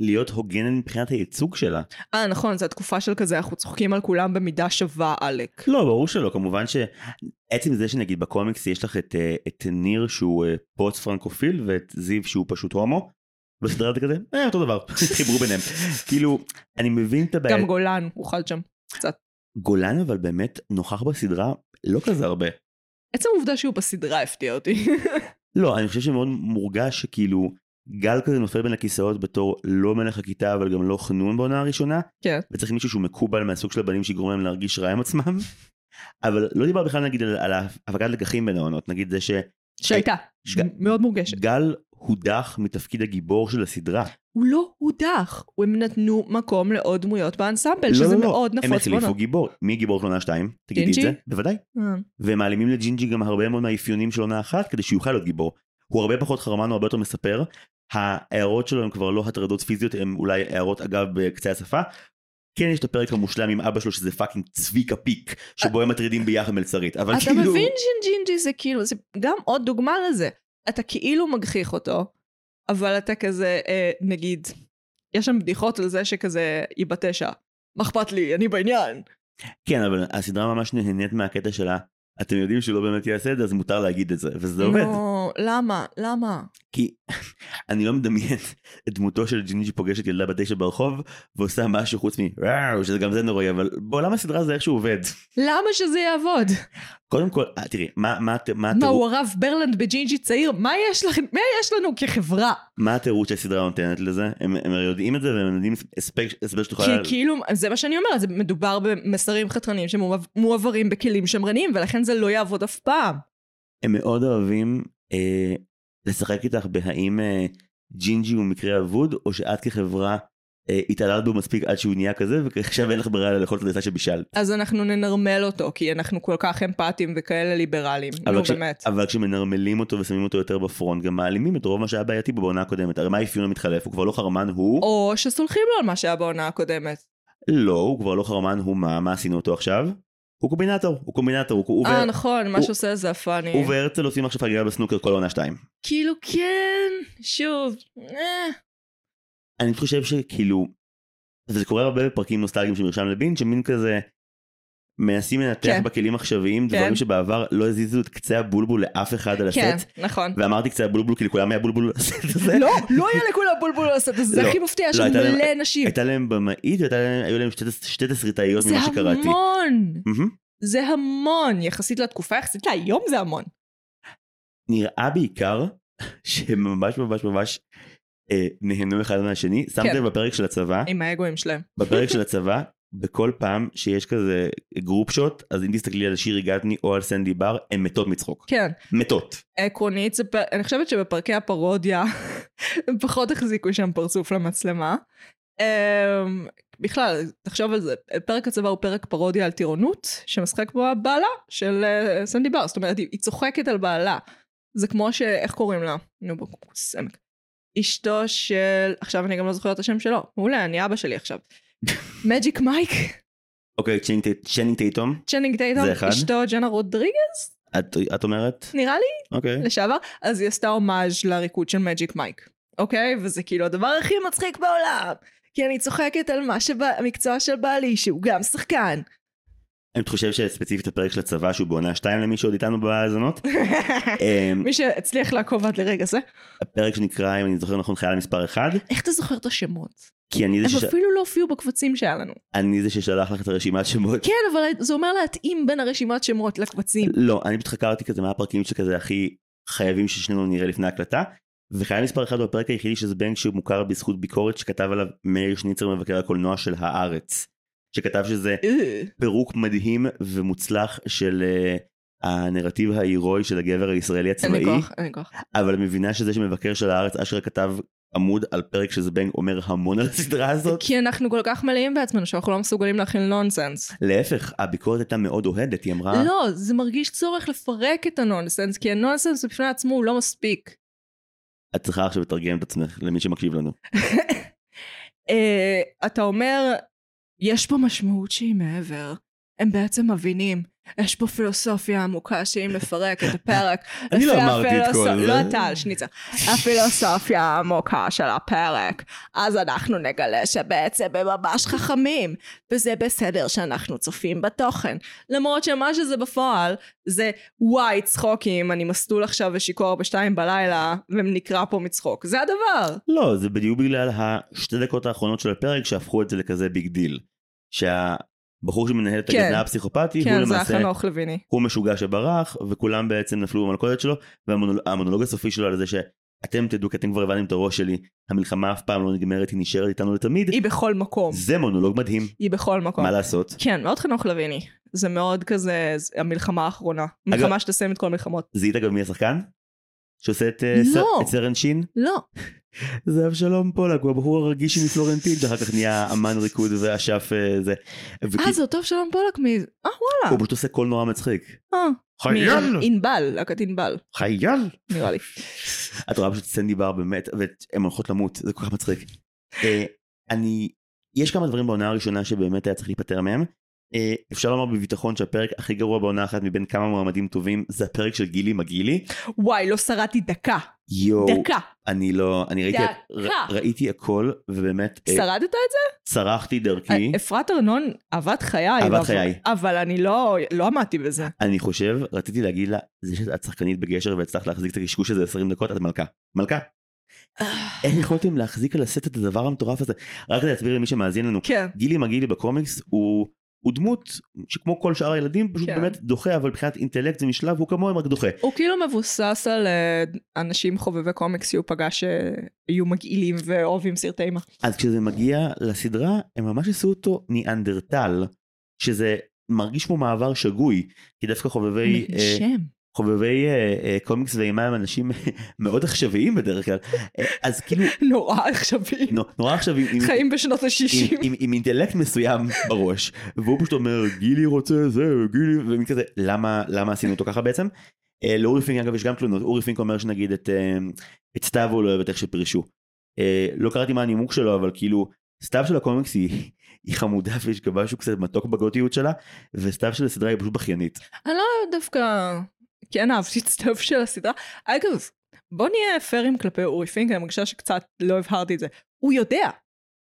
להיות הוגנת מבחינת הייצוג שלה. אה, נכון, זו התקופה של כזה, אנחנו צוחקים על כולם במידה שווה, עלק. לא, ברור שלא, כמובן שעצם זה שנגיד בקומיקס יש לך את, אה, את ניר שהוא אה, פוץ פרנקופיל ואת זיו שהוא פשוט הומו, בסדרה זה כזה, אה, אותו דבר, חיברו ביניהם. כאילו, אני מבין את הבעיה. גם גולן, הוא חל שם. גולן אבל באמת נוכח בסדרה לא כזה הרבה. עצם העובדה שהוא בסדרה הפתיע אותי. לא, אני חושב שמאוד מורגש שכאילו גל כזה נופל בין הכיסאות בתור לא מלך הכיתה אבל גם לא חנון בעונה הראשונה. כן. וצריך מישהו שהוא מקובל מהסוג של הבנים שיגרום להם להרגיש רע עם עצמם. אבל לא דיבר בכלל נגיד על, על הפקת לקחים בין העונות, נגיד זה שהייתה, ג- מאוד מורגשת. שגל הודח מתפקיד הגיבור של הסדרה. הוא לא הודח. הם נתנו מקום לעוד דמויות באנסמבל, שזה מאוד לא, נכון. הם נפוץ החליפו בעונה. גיבור. מי גיבור של עונה 2? תגידי את זה. ג'ינג'י? בוודאי. אה, ומעלימים לג'ינג'י גם הרבה מאוד מהאפיונים של עונה אחת כדי שיוכל להיות גיבור. הוא הרבה פחות חרמן, הוא הרבה יותר מספר. ההערות שלו הן כבר לא הטרדות פיזיות, הן אולי הערות אגב בקצה השפה. כן יש את הפרק המושלם עם אבא שלו שזה פאקינג צביקה פיק, שבו הם מטרידים ביחד מלצרית. אבל אתה כאילו... מבין שג'ינג'י זה כאילו, זה גם עוד דוגמה לזה. אתה כאילו מגחיך אותו, אבל אתה כזה, אה, נגיד, יש שם בדיחות על זה שכזה, היא בת תשע. מה אכפת לי, אני בעניין. כן, אבל הסדרה ממש נהנית מהקטע שלה. אתם יודעים שהוא לא באמת יעשה את זה, אז מותר להגיד את זה, וזה עובד. נו, "לא, למה? למה? כי אני לא מדמיין את דמותו של ג'ינג'י פוגשת ילדה בת תשע ברחוב, ועושה משהו חוץ מ... "וואו", שזה גם זה נוראי, אבל בעולם הסדרה זה איכשהו עובד. למה שזה יעבוד? קודם כל, אה, תראי, מה, מה, הת- מה, מה, התירוץ- הוא הרב ברלנד בג'ינג'י צעיר? מה יש לכם- מה יש לנו כחברה? מה התירוץ שהסדרה נותנת לזה? הם, הם הרי יודעים את זה והם יודעים הספק, הסבר שתוכל... כי כאילו, זה מה שאני אומרת, זה מדובר במסרים חתרניים שמועברים בכלים שמרניים, ולכן זה לא יעבוד אף פעם. הם מאוד אוהבים אה, לשחק איתך בהאם אה, ג'ינג'י הוא מקרה אבוד, או שאת כחברה אה, התעללת בו מספיק עד שהוא נהיה כזה, ועכשיו אין לך ברירה אלא לאכול את הדסה שבישלת. אז אנחנו ננרמל אותו, כי אנחנו כל כך אמפתיים וכאלה ליברלים. אבל נו, כש- באמת. אבל כשמנרמלים אותו ושמים אותו יותר בפרונט, גם מעלימים את רוב מה שהיה בעייתי בו בעונה הקודמת. הרי מה האפיון המתחלף? הוא כבר לא חרמן, הוא... או שסולחים לו על מה שהיה בעונה הקודמת. לא, הוא כבר לא חרמן, הוא מה? מה עשינו אותו עכשיו? הוא קומבינטור, הוא קומבינטור, הוא... הוא אה, ו- נכון, מה הוא- שעושה זה הפאני. הוא והרצל עושים עכשיו חגיגה בסנוקר כל עונה שתיים. כאילו, כן, שוב. אה. אני חושב שכאילו, וזה קורה הרבה בפרקים נוסטלגיים של מרשם לבין, שמין כזה מנסים לנתח כן. בכלים עכשוויים כן. דברים שבעבר לא הזיזו את קצה הבולבול לאף אחד על כן, הסט. נכון. ואמרתי קצה הבולבול כי לכולם היה בולבול לסט הזה. לא, לא היה לכולם בולבול על הסט הזה, זה לא, הכי מפתיע, יש לא, הייתה להם- מלא נשים. הייתה להם במאית והיו להם, היו להם שתי, תס- שתי תסריטאיות זה ממה שקראתי. המון, מהמם. זה המון, יחסית לתקופה, יחסית להיום זה המון. נראה בעיקר שהם ממש ממש ממש אה, נהנו אחד מהשני. שמתם כן. בפרק של הצבא, עם האגואים שלהם. בפרק של הצבא, בכל פעם שיש כזה גרופ שוט, אז אם תסתכלי על שירי גטני או על סנדי בר, הן מתות מצחוק. כן. מתות. עקרונית, זה פ- אני חושבת שבפרקי הפרודיה הם פחות החזיקו שם פרצוף למצלמה. אמ, בכלל, תחשוב על זה, פרק הצבא הוא פרק פרודיה על טירונות, שמשחק בו הבעלה של אה, סנדי בר, זאת אומרת, היא היא צוחקת על בעלה. זה כמו ש... איך קוראים לה? נו, בקוסמק. אשתו של... עכשיו אני גם לא זוכרת את השם שלו. מעולה, אני אבא שלי עכשיו. מג'יק מייק, אוקיי, צ'נינג טי- צ'נינג טייטום, צ'נינג טייטום, זה אחד? אשתו ג'נה רודריגל, את- את אומרת? נראה לי. אוקיי. לשעבר, אז היא עשתה הומאז' לריקוד של מג'יק מייק, אוקיי? וזה כאילו הדבר הכי מצחיק בעולם. כי אני צוחקת על מה שבמקצוע של בעלי, שהוא גם שחקן. אני חושב שספציפית הפרק של הצבא, שהוא בעונה 2 למי שעוד איתנו בהאזנות. אמ, מי שהצליח לעקוב עד לרגע זה. הפרק שנקרא, אם אני זוכר נכון, חייל מספר 1, איך אתה זוכר את השמות? כי אני זה הם שש- אפילו לא הופיעו בקבצים שהיה לנו. אני זה ששלח לך את הרשימת שמות. כן, אבל זה אומר להתאים בין הרשימת שמות לקבצים. לא, אני פשוט חקרתי כזה מה הפרקים שכזה הכי חייבים ששנינו נראה לפני הקלטה. וחייל מספר אחד הוא הפרק היחידי של זבנג שהוא מוכר בזכות ביקורת שכתב עליו מאיר שניצר מבקר הקולנוע של הארץ. שכתב שזה אה, פירוק מדהים ומוצלח של uh, הנרטיב ההירואי של הגבר הישראלי אין לי הצבאי. כוח, אין לי כוח. אבל את מבינה שזה שמבקר של הארץ אשכרה כתב עמוד על פרק שזבנג אומר המון על הסדרה הזאת. כי אנחנו כל כך מלאים בעצמנו שאנחנו לא מסוגלים להכיל נונסנס. להפך, הביקורת הייתה מאוד אוהדת, היא אמרה, לא, זה מרגיש צורך לפרק את הנונסנס, כי הנונסנס בפני עצמו הוא לא מספיק. את צריכה עכשיו לתרגם את עצמך למי שמקשיב לנו. אה, אתה אומר, יש פה משמעות שהיא מעבר. הם בעצם מבינים. יש פה פילוסופיה עמוקה שאם נפרק את הפרק, אני לא לפי אמרתי את הפילוסופ- כל זה. לא אתה, שניצר. הפילוסופיה העמוקה של הפרק. אז אנחנו נגלה שבעצם הם ממש חכמים, וזה בסדר שאנחנו צופים בתוכן. למרות שמה שזה בפועל, זה וואי צחוקים, אני מסטול עכשיו ושיכור בשתיים בלילה, ונקרע פה מצחוק. זה הדבר. לא, זה בדיוק בגלל השתי דקות האחרונות של הפרק שהפכו את זה לכזה ביג דיל. שהבחור שמנהל את כן. הגדנה הפסיכופתי, הוא כן, זה למעשה, החנוך לויני. הוא משוגע שברח, וכולם בעצם נפלו במלכודת שלו, והמונולוג הסופי שלו על זה שאתם תדעו כי אתם כבר הבנתם את הראש שלי, המלחמה אף פעם לא נגמרת, היא נשארת איתנו לתמיד. היא בכל מקום. זה מונולוג מדהים, היא בכל מקום. מה לעשות? כן, מאוד חנוך לויני. זה מאוד כזה, זה המלחמה האחרונה. מלחמה שתסיים את כל המלחמות. זיהית גם מי השחקן? שעושה את אה, ס- לא. את סרן שין? לא. זה אבשלום פולק, הוא הבחור הרגיש מפלורנטין, שאחר כך נהיה אמן ריקוד ואשף אה, זה. אה, וכי- זה אותו שלום פולק מ... אה, וואלה. הוא פשוט עושה קול נורא מצחיק. אה, מענבל, להקת ענבל, חייל. נראה לי. את רואה פשוט סנדי בר באמת, והן הולכות למות, זה כל כך מצחיק. אה, אני, יש כמה דברים בעונה הראשונה שבאמת היה צריך להיפטר מהם. אה, אפשר לומר בביטחון שהפרק הכי גרוע בעונה אחת מבין כמה מועמדים טובים זה הפרק של גילי מגילי. וואי, לא שרדתי דקה. יואו, דקה. אני לא, אני ראיתי, דקה. ר, ראיתי הכל ובאמת אה, שרדת את צרחתי דרכי. זה? אפרת ארנון, אהבת חיי. אהבת אבל- חיי. אבל אני לא לא עמדתי בזה. אני חושב, רציתי להגיד לה, זה שאת שחקנית בגשר והצלחת להחזיק את הקשקוש הזה 20 דקות, את מלכה. מלכה. איך יכולתם להחזיק על הסט את הדבר המטורף הזה? רק להסביר למי שמאזין לנו, כן. גילי מגילי בקומיקס הוא, הוא דמות שכמו כל שאר הילדים פשוט כן. באמת דוחה אבל מבחינת אינטלקט זה משלב הוא כמוהם רק דוחה. הוא כאילו מבוסס על אה, אנשים חובבי קומיקס שהוא פגש שיהיו מגעילים ואוהבים סרטי אימה. אז כשזה מגיע לסדרה הם ממש עשו אותו ניאנדרטל שזה מרגיש כמו מעבר שגוי כי דווקא חובבי אה, משם. חובבי אה, אה, קומיקס ואימה הם אנשים מאוד עכשוויים בדרך כלל אה, אז כאילו נורא עכשווי. נו- נורא עכשוויים. עם- חיים בשנות ה-60. עם, עם, עם אינטלקט מסוים בראש, והוא פשוט אומר גילי רוצה זה, גילי, ומין כזה, למה, למה עשינו אותו ככה בעצם? אה, לאורי פינק אגב יש גם תלונות, אורי פינק אומר שנגיד את, אה, את סתיו הוא לא אוהב את איך שפרישו. אה, לא קראתי מה הנימוק שלו, אבל כאילו, סתיו של הקומיקס היא, היא חמודה ויש גם משהו קצת מתוק בגותיות שלה, וסתיו של הסדרה היא פשוט בכיינית. לא דווקא כן אהבתי את סתיו של הסדרה. אגב, בוא נהיה פיירים כלפי אורי פינק, אני מרגישה שקצת לא הבהרתי את זה. הוא יודע.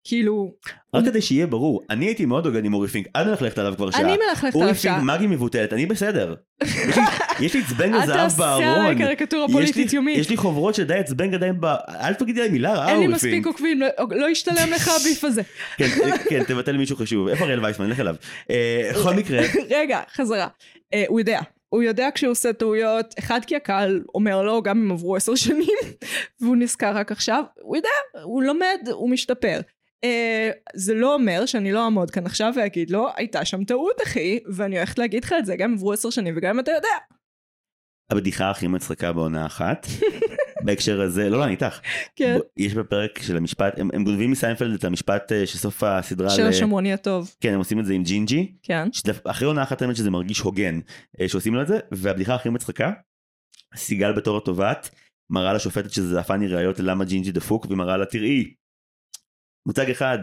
כאילו, רק כדי שיהיה ברור, אני הייתי מאוד הוגן עם אורי פינק, אל תלך ללכת עליו כבר שעה. אני מלכלכת על אורי פינק השעה. מגי מבוטלת, אני בסדר. יש לי- יש לי את זבנג אתה הזהב עושה עליי בארון. קריקטורה יש פוליטית לי- יומית. יש לי חוברות של דיאט זבנג עדיין ב... אל תגידי להם מילה רעה, אין לי אורי מספיק פינק. עוקבים, לא- לא ישתלם לך הביף הזה. כן, כן, תבטל מישהו חשוב. איפה אריאל וייסמן? לך אליו. אה, בכל מקרה, רגע, חזרה. אה, הוא יודע. הוא יודע כשהוא עושה טעויות, אחד כי הקהל אומר לו, גם אם עברו עשר שנים, והוא נזכר רק עכשיו, הוא יודע, הוא לומד, הוא משתפר. אה, זה לא אומר שאני לא אעמוד כאן עכשיו ואגיד לו, הייתה שם טעות אחי, ואני הולכת להגיד לך את זה גם אם עברו עשר שנים וגם אם אתה יודע. הבדיחה הכי מצחיקה בעונה אחת. בהקשר הזה, לא, לא, אני איתך. כן. בוא, יש בפרק של המשפט, הם הם גונבים מסיינפלד את המשפט אה, שסוף הסדרה... של ל- השומרוני הטוב, כן, הם עושים את זה עם ג'ינג'י. כן. שדווקא אחרי עונה אחת האמת שזה מרגיש הוגן אה, שעושים לו את זה והבדיחה הכי מצחיקה סיגל בתור התובעת מראה לשופטת שזה זעפני ראיות ללמה ג'ינג'י דפוק ומראה לה תראי מוצג אחד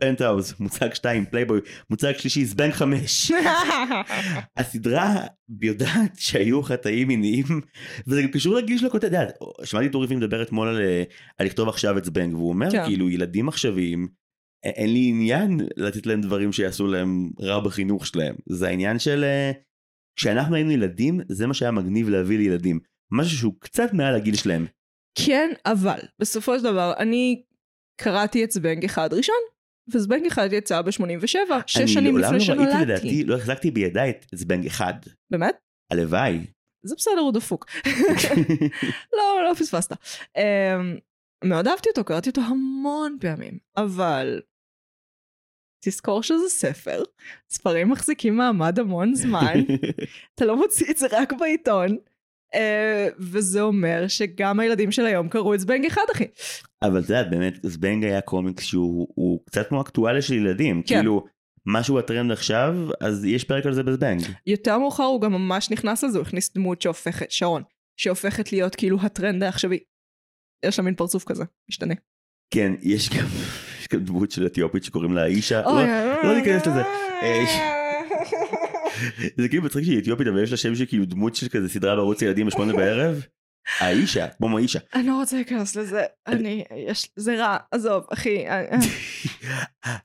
פנטהאוז מוצג שתיים פלייבוי מוצג שלישי זבנג חמש הסדרה יודעת שהיו חטאים מיניים וזה גם קשור לגיל של הכותב, את יודעת, שמעתי את אורי פינק מדבר אתמול על, אה, על לכתוב עכשיו את זבנג והוא אומר כן. כאילו ילדים עכשוויים א- אין לי עניין לתת להם דברים שיעשו להם רע בחינוך שלהם זה העניין של אה, כשאנחנו היינו ילדים זה מה שהיה מגניב להביא לילדים משהו שהוא קצת מעל הגיל שלהם כן, אבל בסופו של דבר, אני קראתי את זבנג אחד ראשון, וזבנג אחד יצא ב-87, אני שש שנים לעולם לפני לא ראיתי שנולדתי. לדעתי לא החזקתי בידיי את זבנג אחד באמת? הלוואי זה בסדר, הוא דפוק. לא, לא פספסת. אמ, מאוד אהבתי אותו, קראתי אותו המון פעמים, אבל תזכור שזה ספר, ספרים מחזיקים מעמד המון זמן, אתה לא מוציא את זה רק בעיתון. אה, וזה אומר שגם הילדים של היום קראו את זבנג אחד, אחי. אבל את יודעת, באמת, זבנג היה קומיקס שהוא הוא קצת כמו אקטואליה של ילדים. כן. כאילו, משהו הטרנד עכשיו, אז יש פרק על זה בזבנג. יותר מאוחר הוא גם ממש נכנס לזה, הוא הכניס דמות שהופכת, שרון, שהופכת להיות כאילו הטרנד העכשווי. יש לה מין פרצוף כזה, משתנה. כן, יש גם, יש גם דמות של אתיופית שקוראים לה אישה. לא, לא ניכנס לזה. אה, אה. זה כאילו מצחיק שהיא אתיופית, אבל יש לה שם שכאילו דמות של כזה סדרה בערוץ הילדים בשמונה בערב. האישה, כמו מאישה. אני לא רוצה להיכנס לזה, אני, יש, זה רע, עזוב, אחי. אה, אה.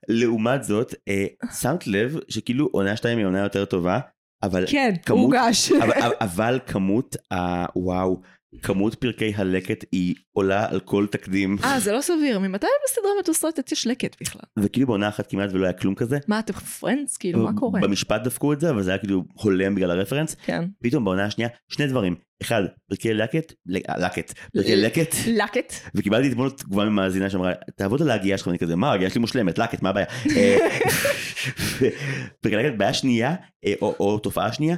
לעומת זאת, אה, שמת לב שכאילו עונה שתיים היא עונה יותר טובה, אבל כן, כמות- הורגש. אבל, אבל כמות הוואו, כמות פרקי הלקט היא עולה על כל תקדים. אה, זה לא סביר, ממתי בסדרה מתוסרטת יש לקט בכלל? וכאילו בעונה אחת כמעט ולא היה כלום כזה. מה, אתם פרנדס? כאילו, אה, מה קורה? במשפט דפקו את זה, אבל זה היה כאילו הולם בגלל הרפרנס. כן. פתאום בעונה השנייה, שני דברים. אחד, פרקי לקט, ל- אה, לקט, פרקי ל- לקט, לקט. וקיבלתי אתמול תגובה ממאזינה שאמרה, תעבוד על ההגייה שלך, ואני כזה, מה, ההגייה שלי מושלמת, לקט, מה הבעיה? אה, ו- פרקי לקט, בעיה שנייה, אה, או- או תופעה שנייה,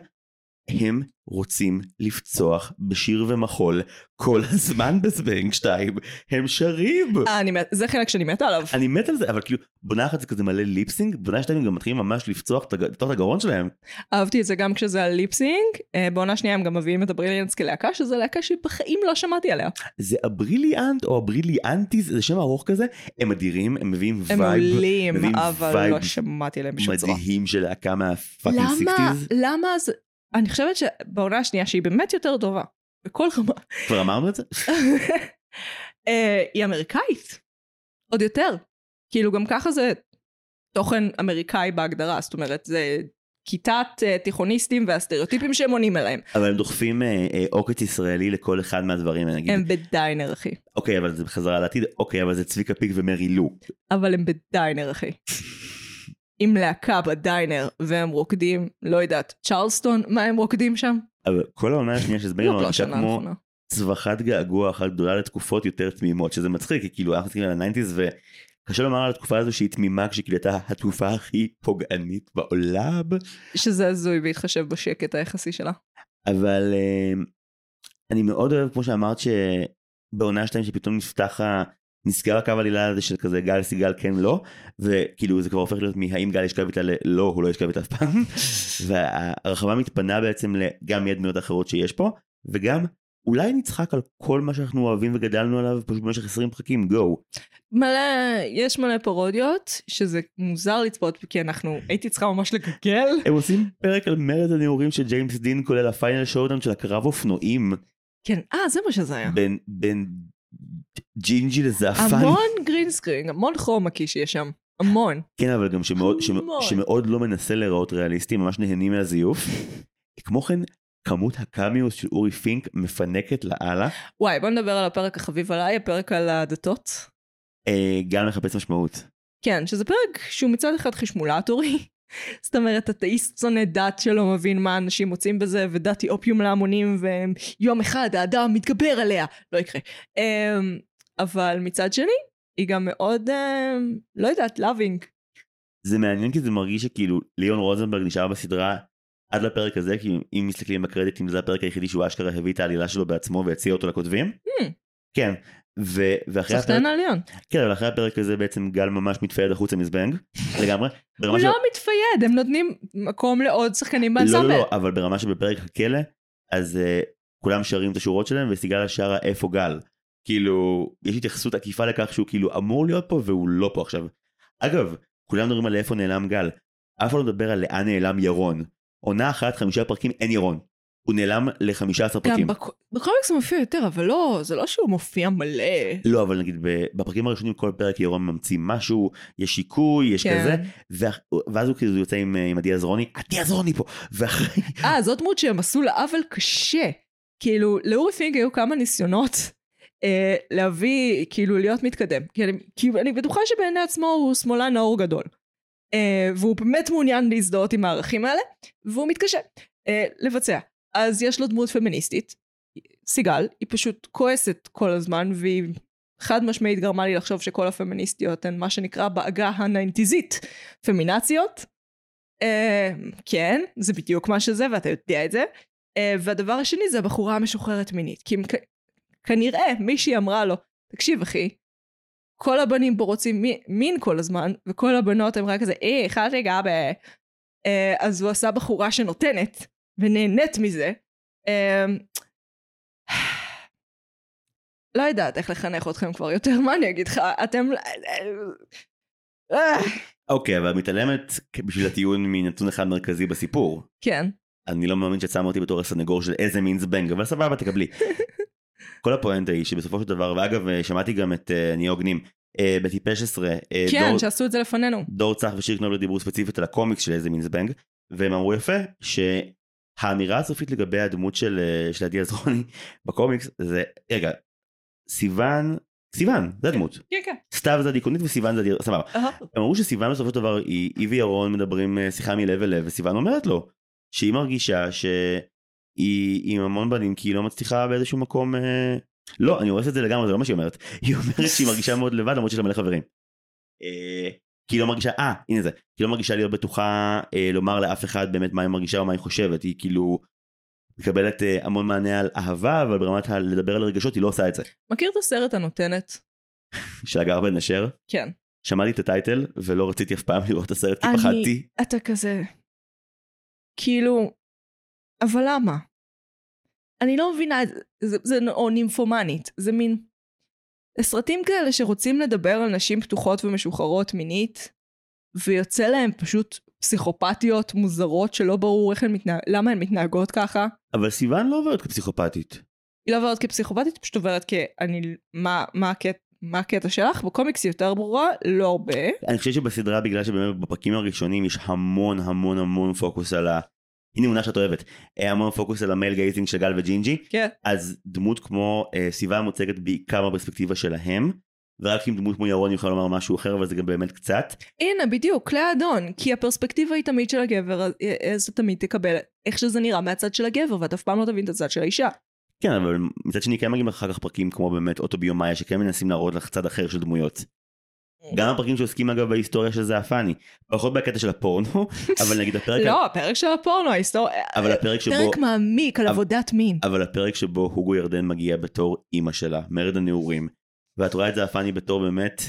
הם רוצים לפצוח בשיר ומחול כל הזמן בזבנג 2, הם שרים. אה, אני מת- זה חלק שאני מתה עליו. אני מת על זה, אבל כאילו, בעונה אחת זה כזה מלא ליפסינג, בעונה שתיים הם גם מתחילים ממש לפצוח את הג- לפתוח את הגרון שלהם. אהבתי את זה גם כשזה על ליפסינג. אה, בעונה שנייה הם גם מביאים את הבריליאנס כלהקה, שזו להקה שבחיים לא שמעתי עליה. זה הבריליאנט או הבריליאנטיס, זה שם ארוך כזה, הם אדירים, הם מביאים הם וייב מעולים, מביאים אבל וייב לא שמעתי עליהם בשום צורה. מדהים של להקה מהפאקינג למה, 60's. למה זה... אני חושבת שבעונה השנייה, שהיא באמת יותר טובה, בכל רמה, כבר אמרנו את זה? אה, היא אמריקאית. עוד יותר. כאילו, גם ככה זה תוכן אמריקאי בהגדרה, זאת אומרת, זה כיתת אה, תיכוניסטים והסטריאוטיפים שהם עונים אליהם. אבל הם דוחפים אה, אה, עוקץ ישראלי לכל אחד מהדברים, האלה, נגיד, הם בדיינר, אחי. אוקיי, אבל זה בחזרה לעתיד, אוקיי, אבל זה צביקה פיק ומרי לו. אבל הם בדיינר, אחי. עם להקה בדיינר, והם רוקדים, לא יודעת, צ'רלסטון, מה הם רוקדים שם? אבל כל העונה השנייה של זבנגר לא, לא מרגישה שנה כמו האחרונה. צווחת געגוע אחת גדולה לתקופות יותר תמימות, שזה מצחיק, כי כאילו אנחנו מסתכלים על הניינטיז וקשה לומר על התקופה הזו שהיא תמימה כשכאילו הייתה התקופה הכי פוגענית בעולם, שזה הזוי בהתחשב בשקט היחסי שלה. אבל אה, אני מאוד אוהב, כמו שאמרת, שבעונה שתיים שפתאום נפתח ה... נסגר הקו העלילה הזה של כזה גל סיגל כן לא וכאילו זה כבר הופך להיות מהאם גל ישכב איתה ללא הוא לא ישכב איתה אף פעם והרחבה מתפנה בעצם גם ידמיות אחרות שיש פה וגם אולי נצחק על כל מה שאנחנו אוהבים וגדלנו עליו פשוט במשך 20 פרקים גו מלא, יש מלא פרודיות, שזה מוזר לצפות, כי אנחנו, הייתי צריכה ממש לגגל. הם עושים פרק על מרד הנעורים של ג'יימס דין כולל הפיינל שואודאון של הקרב אופנועים כן, אה, זה מה שזה היה. בין בין ג'ינג'י לזעפן המון גרינסקרינג, המון חומקי שיש שם. המון. כן, אבל גם שמאוד, שמ, המון. שמאוד לא מנסה להיראות ריאליסטי, ממש נהנים מהזיוף. כמו כן, כמות הקמיוס של אורי פינק מפנקת לאללה. וואי, בוא נדבר על הפרק החביב עליי, הפרק על הדתות. אה, גם לחפש משמעות. כן, שזה פרק שהוא מצד אחד חשמולטורי. זאת אומרת, אתאיסט שונא דת שלא מבין מה אנשים מוצאים בזה, ודת היא אופיום להמונים, ויום אחד האדם מתגבר עליה. לא יקרה. אמ, אבל מצד שני, היא גם מאוד, אמ, לא יודעת, לאבינג. זה מעניין כי זה מרגיש שכאילו ליאון רוזנברג נשאר בסדרה עד לפרק הזה, כי אם מסתכלים בקרדיטים זה הפרק היחידי שהוא אשכרה הביא את העלילה שלו בעצמו והציע אותו לכותבים. Hmm. כן, ו- ואחרי הפרק, סחטיין עליון. כן, אבל אחרי הפרק הזה בעצם גל ממש מתפייד החוצה מזבנג לגמרי. הוא ברמה של- לא מתפייד, הם נותנים מקום לעוד שחקנים לא, לא, באנסמבל. לא, אבל ברמה שבפרק הכלא, אז uh, כולם שרים את השורות שלהם, וסיגל שרה איפה גל. כאילו, יש התייחסות עקיפה לכך שהוא כאילו אמור להיות פה והוא לא פה עכשיו. אגב, כולם מדברים על איפה נעלם גל. אף אחד לא מדבר על לאן נעלם ירון. עונה אחת, חמישה פרקים, אין ירון. הוא נעלם ל-15 גם פרקים. בק- בקומיקס הוא מופיע יותר, אבל לא, זה לא שהוא מופיע מלא. לא, אבל נגיד, ב- בפרקים הראשונים כל פרק ירון ממציא משהו, יש שיקוי, יש כן. כזה, ו- ואז הוא כאילו יוצא עם, עם עדי עזרוני, עדי עזרוני פה, ואחרי... אה, זו דמות שהם עשו לה עוול קשה. כאילו, לאורי פינג היו כמה ניסיונות אה, להביא, כאילו, להיות מתקדם. כי אני, כי אני בטוחה שבעיני עצמו הוא שמאלן נאור גדול. אה, והוא באמת מעוניין להזדהות עם הערכים האלה, והוא מתקשה אה, לבצע. אז יש לו דמות פמיניסטית, סיגל, היא פשוט כועסת כל הזמן, והיא חד משמעית גרמה לי לחשוב שכל הפמיניסטיות הן מה שנקרא בעגה הניינטיזית אמ, פמינציות. אה, כן, זה בדיוק מה שזה, ואתה יודע את זה. אה, והדבר השני זה הבחורה המשוחררת מינית. כי אם כ- כנראה מישהי אמרה לו, תקשיב אחי, כל הבנים פה רוצים מי- מין כל הזמן, וכל הבנות הן רק כזה, אה, אחד רגע ב... אה, אז הוא עשה בחורה שנותנת, ונהנית מזה. אה, לא יודעת איך לחנך אתכם כבר יותר, מה אני אגיד לך? אתם... אה, אוקיי, אבל את מתעלמת בשביל הטיעון מנתון אחד מרכזי בסיפור. כן, אני לא מאמין שאת שמה אותי בתור הסנגור של איזה מין זבנג, אבל סבבה, תקבלי. כל הפואנטה היא שבסופו של דבר, ואגב, שמעתי גם את אה, נהיה הוגנים, אה, בטיפש עשרה, אה, כן, דור- שעשו את זה לפנינו. דור צח ושיר קנובלר דיברו ספציפית על הקומיקס של איזה מין זבנג, והם אמרו יפה שהאמירה הסופית לגבי הדמות של, אה, של עדי עזרוני בקומיקס זה, רגע, סיוון, סיוון, זה הדמות, כן, כן. סתיו זה הדיקונית וסיוון זה הדיר, סבבה. הם אמרו שסיוון בסופו של דבר, היא, היא וירון מדברים אה, שיחה מלב אל לב, וסיוון אומרת לו שהיא מרגישה שהיא עם המון בנים כי היא לא מצליחה באיזשהו מקום, אה... לא, אני הורס את זה לגמרי, זה לא מה שהיא אומרת. היא אומרת שהיא מרגישה מאוד לבד למרות שיש לה מלא חברים. אה, כי היא לא מרגישה, אה, הנה זה, כי היא לא מרגישה להיות בטוחה אה, לומר לאף אחד באמת מה היא מרגישה או מה היא חושבת, היא כאילו... מקבלת אה, המון מענה על אהבה, אבל ברמת ה- לדבר על רגשות היא לא עושה את זה. מכיר את הסרט הנותנת? של הגר בן אשר, כן. שמעתי את הטייטל ולא רציתי אף פעם לראות את הסרט כי אני- פחדתי. אתה כזה, כאילו, אבל למה? אני לא מבינה, את זה- זה, זה נ- או נימפומנית, זה מין, סרטים כאלה שרוצים לדבר על נשים פתוחות ומשוחררות מינית, ויוצא להם פשוט פסיכופתיות מוזרות שלא ברור איך הן מתנהג, למה הן מתנהגות ככה. אבל סיוון לא עוברת כפסיכופתית. היא לא עוברת כפסיכופתית, היא פשוט עוברת כ... אני... מה, מה, הקט... מה הקטע שלך? בקומיקס היא יותר ברורה, לא הרבה. אני חושב שבסדרה בגלל שבאמת בפרקים הראשונים יש המון המון המון פוקוס על ה... הנה מונה שאת אוהבת. אה, המון פוקוס על המייל גייזינג של גל וג'ינג'י. כן. אז דמות כמו אה, סיוון מוצגת בעיקר בפרספקטיבה שלהם. ורק אם דמות כמו ירון יוכל לומר משהו אחר אבל זה גם באמת קצת. הנה, בדיוק, לאדון. כי הפרספקטיבה היא תמיד של הגבר, אז- אז אתה תמיד תקבל איך שזה נראה מהצד של הגבר, ואתה אף פעם לא תבין את הצד של האישה. כן אבל מצד שני כן מגיעים אחר כך פרקים כמו באמת אוטוביומאיה שכן מנסים להראות לך צד אחר של דמויות. גם הפרקים שעוסקים אגב בהיסטוריה של זעפני. פחות בקטע של הפורנו אבל נגיד הפרק לא, הפרק של הפורנו, ההיסטוריה... אבל הפרק שבו... פרק מעמיק על אבל- עבודת מין. אבל הפרק שבו הוגו ירדן מגיע בתור אימא שלה, מרד הנעורים, ואת רואה את זה הפאני בתור באמת,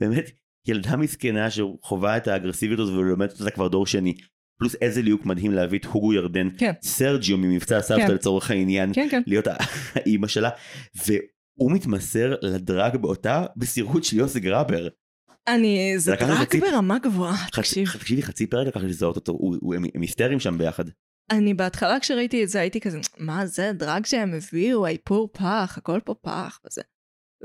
באמת, ילדה מסכנה שחווה את האגרסיביות הזאת ולומדת אותה כבר דור שני. פלוס איזה ליהוק מדהים להביא את הוגו ירדן, כן. סרג'יו ממבצע סבתא כן. לצורך העניין, כן, כן. להיות האימא שלה, והוא מתמסר לדרג באותה בסירות של יוסי גראבר. אני... זה לקחת רק חצי- ברמה גבוהה, חצי- תקשיב. תקשיבי, חצי פרק לקח לי לזהות אותו, הוא- הוא- הם הם היסטריים שם ביחד. אני בהתחלה כשראיתי את זה הייתי כזה, מה זה דרג שהם הביאו, האיפור פח, הכל פה פח וזה.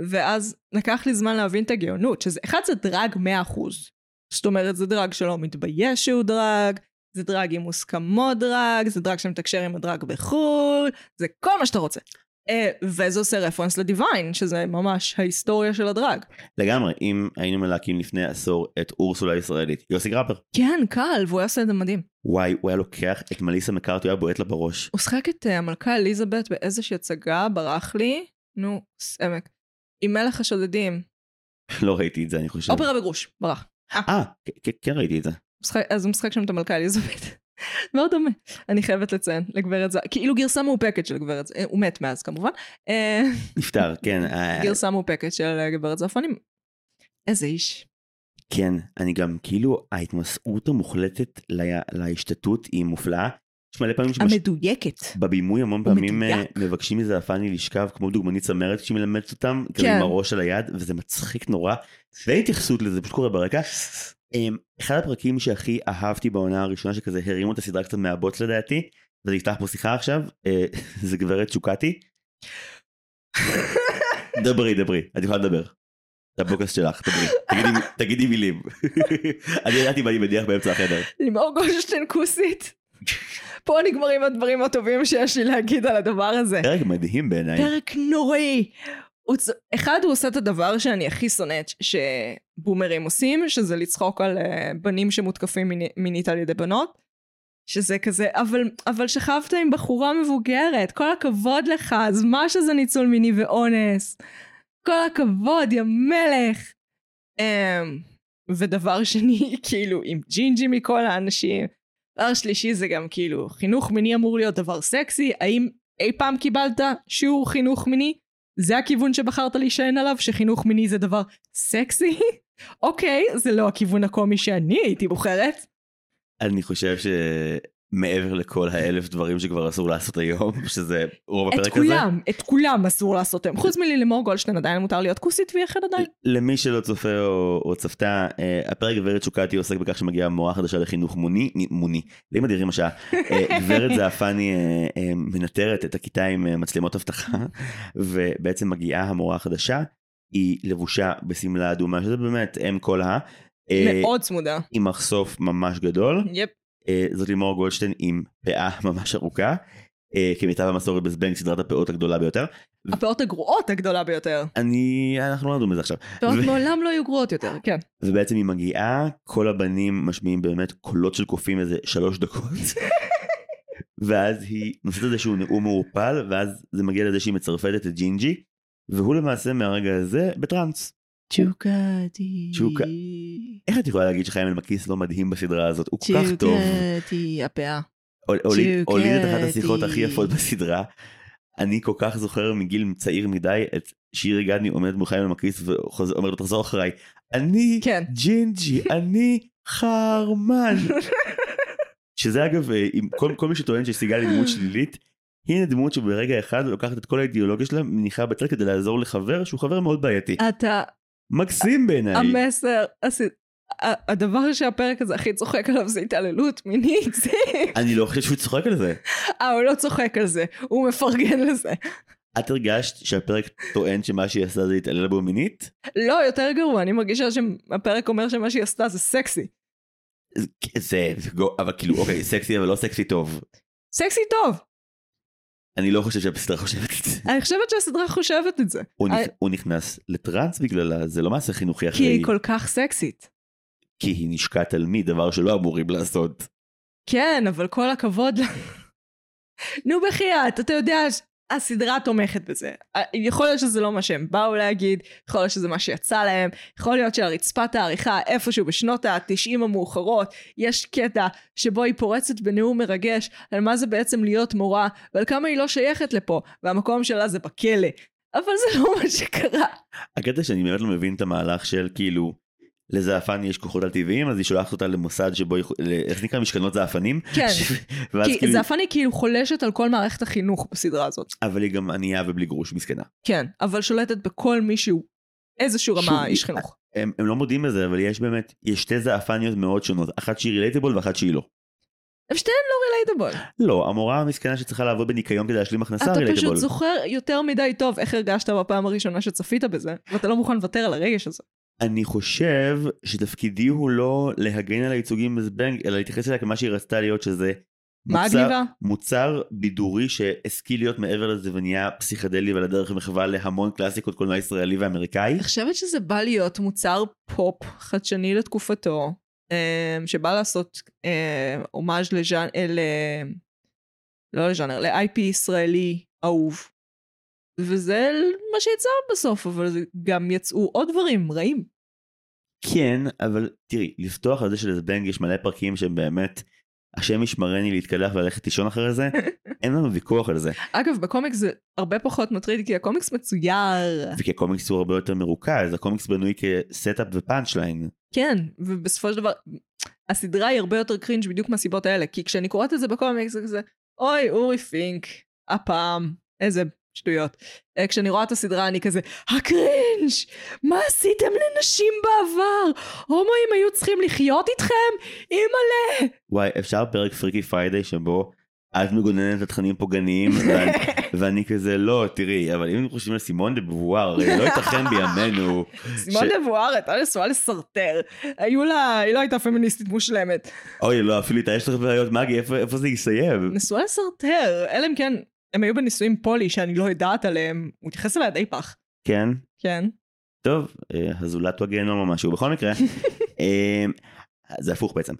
ואז לקח לי זמן להבין את הגאונות, שזה, אחד זה דרג 100%. זאת אומרת, זה דרג שלא מתבייש שהוא דרג, זה דרג עם מוסכמות דרג, זה דרג שמתקשר עם הדרג בחו"ל, זה כל מה שאתה רוצה. אה, וזה עושה רפרנס לדיוויין, שזה ממש ההיסטוריה של הדרג. לגמרי, אם היינו מלהקים לפני עשור את אורסולה הישראלית, יוסי גראבר. כן, קל, והוא היה עושה את זה מדהים. וואי, הוא היה לוקח את מליסה מקארטי, הוא היה בועט לה בראש. הוא שחק את אה, המלכה אליזבת באיזושהי הצגה, ברח לי, נו, סמק. עם מלך השודדים, לא ראיתי את זה, אני חושב. אופרה בגרוש, ברח. אה, כ- כ- כן ראיתי את זה. הוא שחק- אז הוא משחק שם את המלכה אליזבת. מאוד דומה, אני חייבת לציין, לגברת ז... כאילו גרסה מאופקת של גברת ז... אה, הוא מת מאז כמובן. אה, נפטר, כן. אה, גרסה מאופקת של אה, גברת זעפנים. איזה איש. כן, אני גם, כאילו, ההתמסעות המוחלטת לה- להשתתות היא מופלאה. יש מלא פעמים שבש- המדויקת. בבימוי המון הוא פעמים אה, מדויק. מבקשים מזה הפאני לשכב כמו דוגמנית צמרת כשהיא מלמדת אותם, כזה כן. עם הראש על היד, וזה מצחיק נורא. ואין התייחסות לזה, פשוט קורה ברקע. אמ, אחד הפרקים שהכי אהבתי בעונה הראשונה, שכזה הרימו את הסדרה קצת מהבוץ לדעתי, ואני אפתח פה שיחה עכשיו, אה, זה גברת שוקטי. דברי, דברי, את יכולה לדבר. זה הפוקס שלך, דברי. תגידי- תגידי מילים. אני ידעתי מה אני מניח באמצע החדר. לימור גולדשטיין כוסית. פה נגמרים הדברים הטובים שיש לי להגיד על הדבר הזה. פרק מדהים בעיניי. פרק נוראי. הוא צ... אחד, הוא עושה את הדבר שאני הכי שונאת ש- שבומרים עושים, שזה לצחוק על אה, בנים שמותקפים מיני... מינית על ידי בנות. שזה כזה, אבל, אבל שכבת עם בחורה מבוגרת, כל הכבוד לך, אז מה שזה ניצול מיני ואונס. כל הכבוד, יא מלך. אמ, ודבר שני, כאילו, עם ג'ינג'י מכל האנשים, דבר שלישי זה גם כאילו, חינוך מיני אמור להיות דבר סקסי, האם אי פעם קיבלת שיעור חינוך מיני? זה הכיוון שבחרת להישען עליו, שחינוך מיני זה דבר סקסי? אוקיי, זה לא הכיוון הקומי שאני הייתי בוחרת. אני חושב שמעבר לכל האלף דברים שכבר אסור לעשות היום, שזה רוב את הפרק הזה. כולם, את כולם אסור לעשות היום. חוץ מללימור גולדשטיין עדיין מותר להיות כוסית והיא אחד עדיין. למי שלא צופה או, או צפתה, אה, הפרק גברת שוקטי עוסק בכך שמגיעה מורה חדשה לחינוך מוני, מ- מוני, לאם אדירים השעה. אה, גברת זעפני אה, אה, מנטרת את הכיתה עם אה, מצלמות אבטחה, ובעצם מגיעה המורה החדשה, היא לבושה בשמלה אדומה, שזה באמת אם כל ה... אה, מאוד צמודה. עם מחשוף ממש גדול. יפ. אה, זאת לימור גולדשטיין עם פאה ממש ארוכה, אה, כמיטב המסורת בזבנג סדרת הפאות הגדולה ביותר. הפאות הגרועות הגדולה ביותר. אני, אנחנו לא נדון בזה עכשיו. פאות ו- מעולם לא היו גרועות יותר, כן. ובעצם היא מגיעה, כל הבנים משמיעים באמת קולות של קופים איזה שלוש דקות. ואז היא נושאת איזשהו נאום מעורפל, ואז זה מגיע לזה שהיא מצרפדת את ג'ינג'י, והוא למעשה מהרגע הזה בטראנס. צ'וקתי. צ'וקה. איך את יכולה להגיד שחיים אלמקיס לא מדהים בסדרה הזאת? הוא כל כאילו, כך טוב. כן. צ'וקתי, הפאה. הול- הוליד צ'וקטי. הוליד את אחת השיחות הכי יפות בסדרה. אני כל כך זוכר מגיל צעיר מדי את שירי גדני עומדת מול חיים אלמקיס ואומרת לו תחזור אחריי. אני כן. ג'ינג'י, אני חרמן. שזה אגב, אה, עם כל, כל מי שטוען שסיגל היא דמות שלילית, הנה דמות שברגע אחד לוקחת את כל האידיאולוגיה שלה, מניחה בצד כדי לעזור לחבר שהוא חבר מאוד בעייתי. אתה, מקסים בעיניי. המסר, עשית- ה- הדבר שהפרק הזה הכי צוחק עליו זה התעללות מינית. זה- אני לא חושב שהוא צוחק על זה. אה, הוא לא צוחק על זה, הוא מפרגן לזה. את הרגשת שהפרק טוען שמה שהיא עשתה זה להתעלל בו מינית? לא, יותר גרוע, אני מרגישה שהפרק אומר שמה שהיא עשתה זה סקסי. זה, זה גו- אבל כאילו, אוקיי, סקסי אבל לא סקסי טוב. סקסי טוב! אני לא חושב שהסדרה חושבת את זה. אני חושבת שהסדרה חושבת את זה. הוא נכ- אני- הוא נכנס לטראנס בגללה, זה לא מעשה חינוכי אה. כי אחראי, היא כל כך סקסית. כי היא נשקעת על מי, דבר שלא אמורים לעשות. כן, אבל כל הכבוד לה. נו בחייאת, אתה יודע, ש- הסדרה תומכת בזה. ה- יכול להיות שזה לא מה שהם באו להגיד, יכול להיות שזה מה שיצא להם, יכול להיות שלרצפת העריכה, איפשהו בשנות ה-90 המאוחרות, יש קטע שבו היא פורצת בנאום מרגש על מה זה בעצם להיות מורה, ועל כמה היא לא שייכת לפה, והמקום שלה זה בכלא. אבל זה לא מה שקרה. הקטע שאני באמת לא מבין את המהלך של כאילו, לזעפן יש כוחות על טבעיים, אז היא שולחת אותה למוסד שבו, היא- ל- איך זה נקרא משכנות זעפנים? כן. ש- ואז כי כאילו, זעפני כאילו חולשת על כל מערכת החינוך בסדרה הזאת. אבל היא גם ענייה ובלי גרוש, מסכנה. כן, אבל שולטת בכל מישהו, איזשהו שוב, רמה איש היא- חינוך. הם, הם לא מודים בזה, אבל יש באמת, יש שתי זעפניות מאוד שונות, אחת שהיא רילייטבול ואחת שהיא לא. הם שתיהן לא רילייטבול. לא, המורה המסכנה שצריכה לעבוד בניקיון כדי להשלים הכנסה אתה רילייטבול. פשוט זוכר יותר מדי טוב איך הרגשת בפעם הראשונה שצפית בזה, ואתה לא מוכן לוותר על הרגש הזה. אני חושב שתפקידי הוא לא להגן על הייצוגים בזבנג, אלא להתייחס אליה כמה שהיא רצתה להיות, שזה מה הגניבה? מוצר בידורי שהשכיל להיות מעבר לזה ונהיה פסיכדלי ועל הדרך מחווה להמון קלאסיקות קולנוע ישראלי ואמריקאי. אני חושבת שזה בא להיות מוצר פופ חדשני לתקופתו, אמ, שבא לעשות אה, הומאז' לז'אנר, לא לז'אנר, ל-IP ישראלי אהוב. וזה מה שיצא בסוף, אבל זה גם יצאו עוד דברים רעים. כן, אבל תראי, לפתוח על זה שלזבנג יש מלא פרקים שהם באמת, השם ישמרני להתקלח וללכת לישון אחרי זה, אין לנו ויכוח על זה. אגב, בקומיקס זה הרבה פחות מטריד, כי הקומיקס מצויר. וכי הקומיקס הוא הרבה יותר מרוכז, הקומיקס בנוי כסטאפ ופאנצ' ליין. כן, ובסופו של דבר, הסדרה היא הרבה יותר קרינג' בדיוק מהסיבות האלה, כי כשאני קוראת את זה בקומיקס זה כזה, אוי, אורי פינק, הפעם, איזה שטויות. אה, כשאני רואה את הסדרה אני כזה, הקרינג', מה עשיתם לנשים בעבר? הומואים היו צריכים לחיות איתכם? אימא'לה. וואי, אפשר פרק פריקי פריידיי שבו את מגוננת על תכנים פוגעניים, ואני, ואני כזה, לא, תראי, אבל אם חושבים על סימון דה בבואר, הרי לא ייתכן בימינו. סימון דה בואר הייתה נשואה לסרטר. היו לה, היא לא הייתה פמיניסטית מושלמת. אוי, לא, אפילו איתה יש לך בעיות, מגי, איפה, איפה זה יסיים? נשואה לסרטר, אלא אם כן, הם היו בנישואים פולי שאני לא יודעת עליהם. הוא התייחס אליה די פח. כן, כן. טוב, אה, הזולת הוא הגיהנום או משהו, בכל מקרה. אה, זה הפוך בעצם.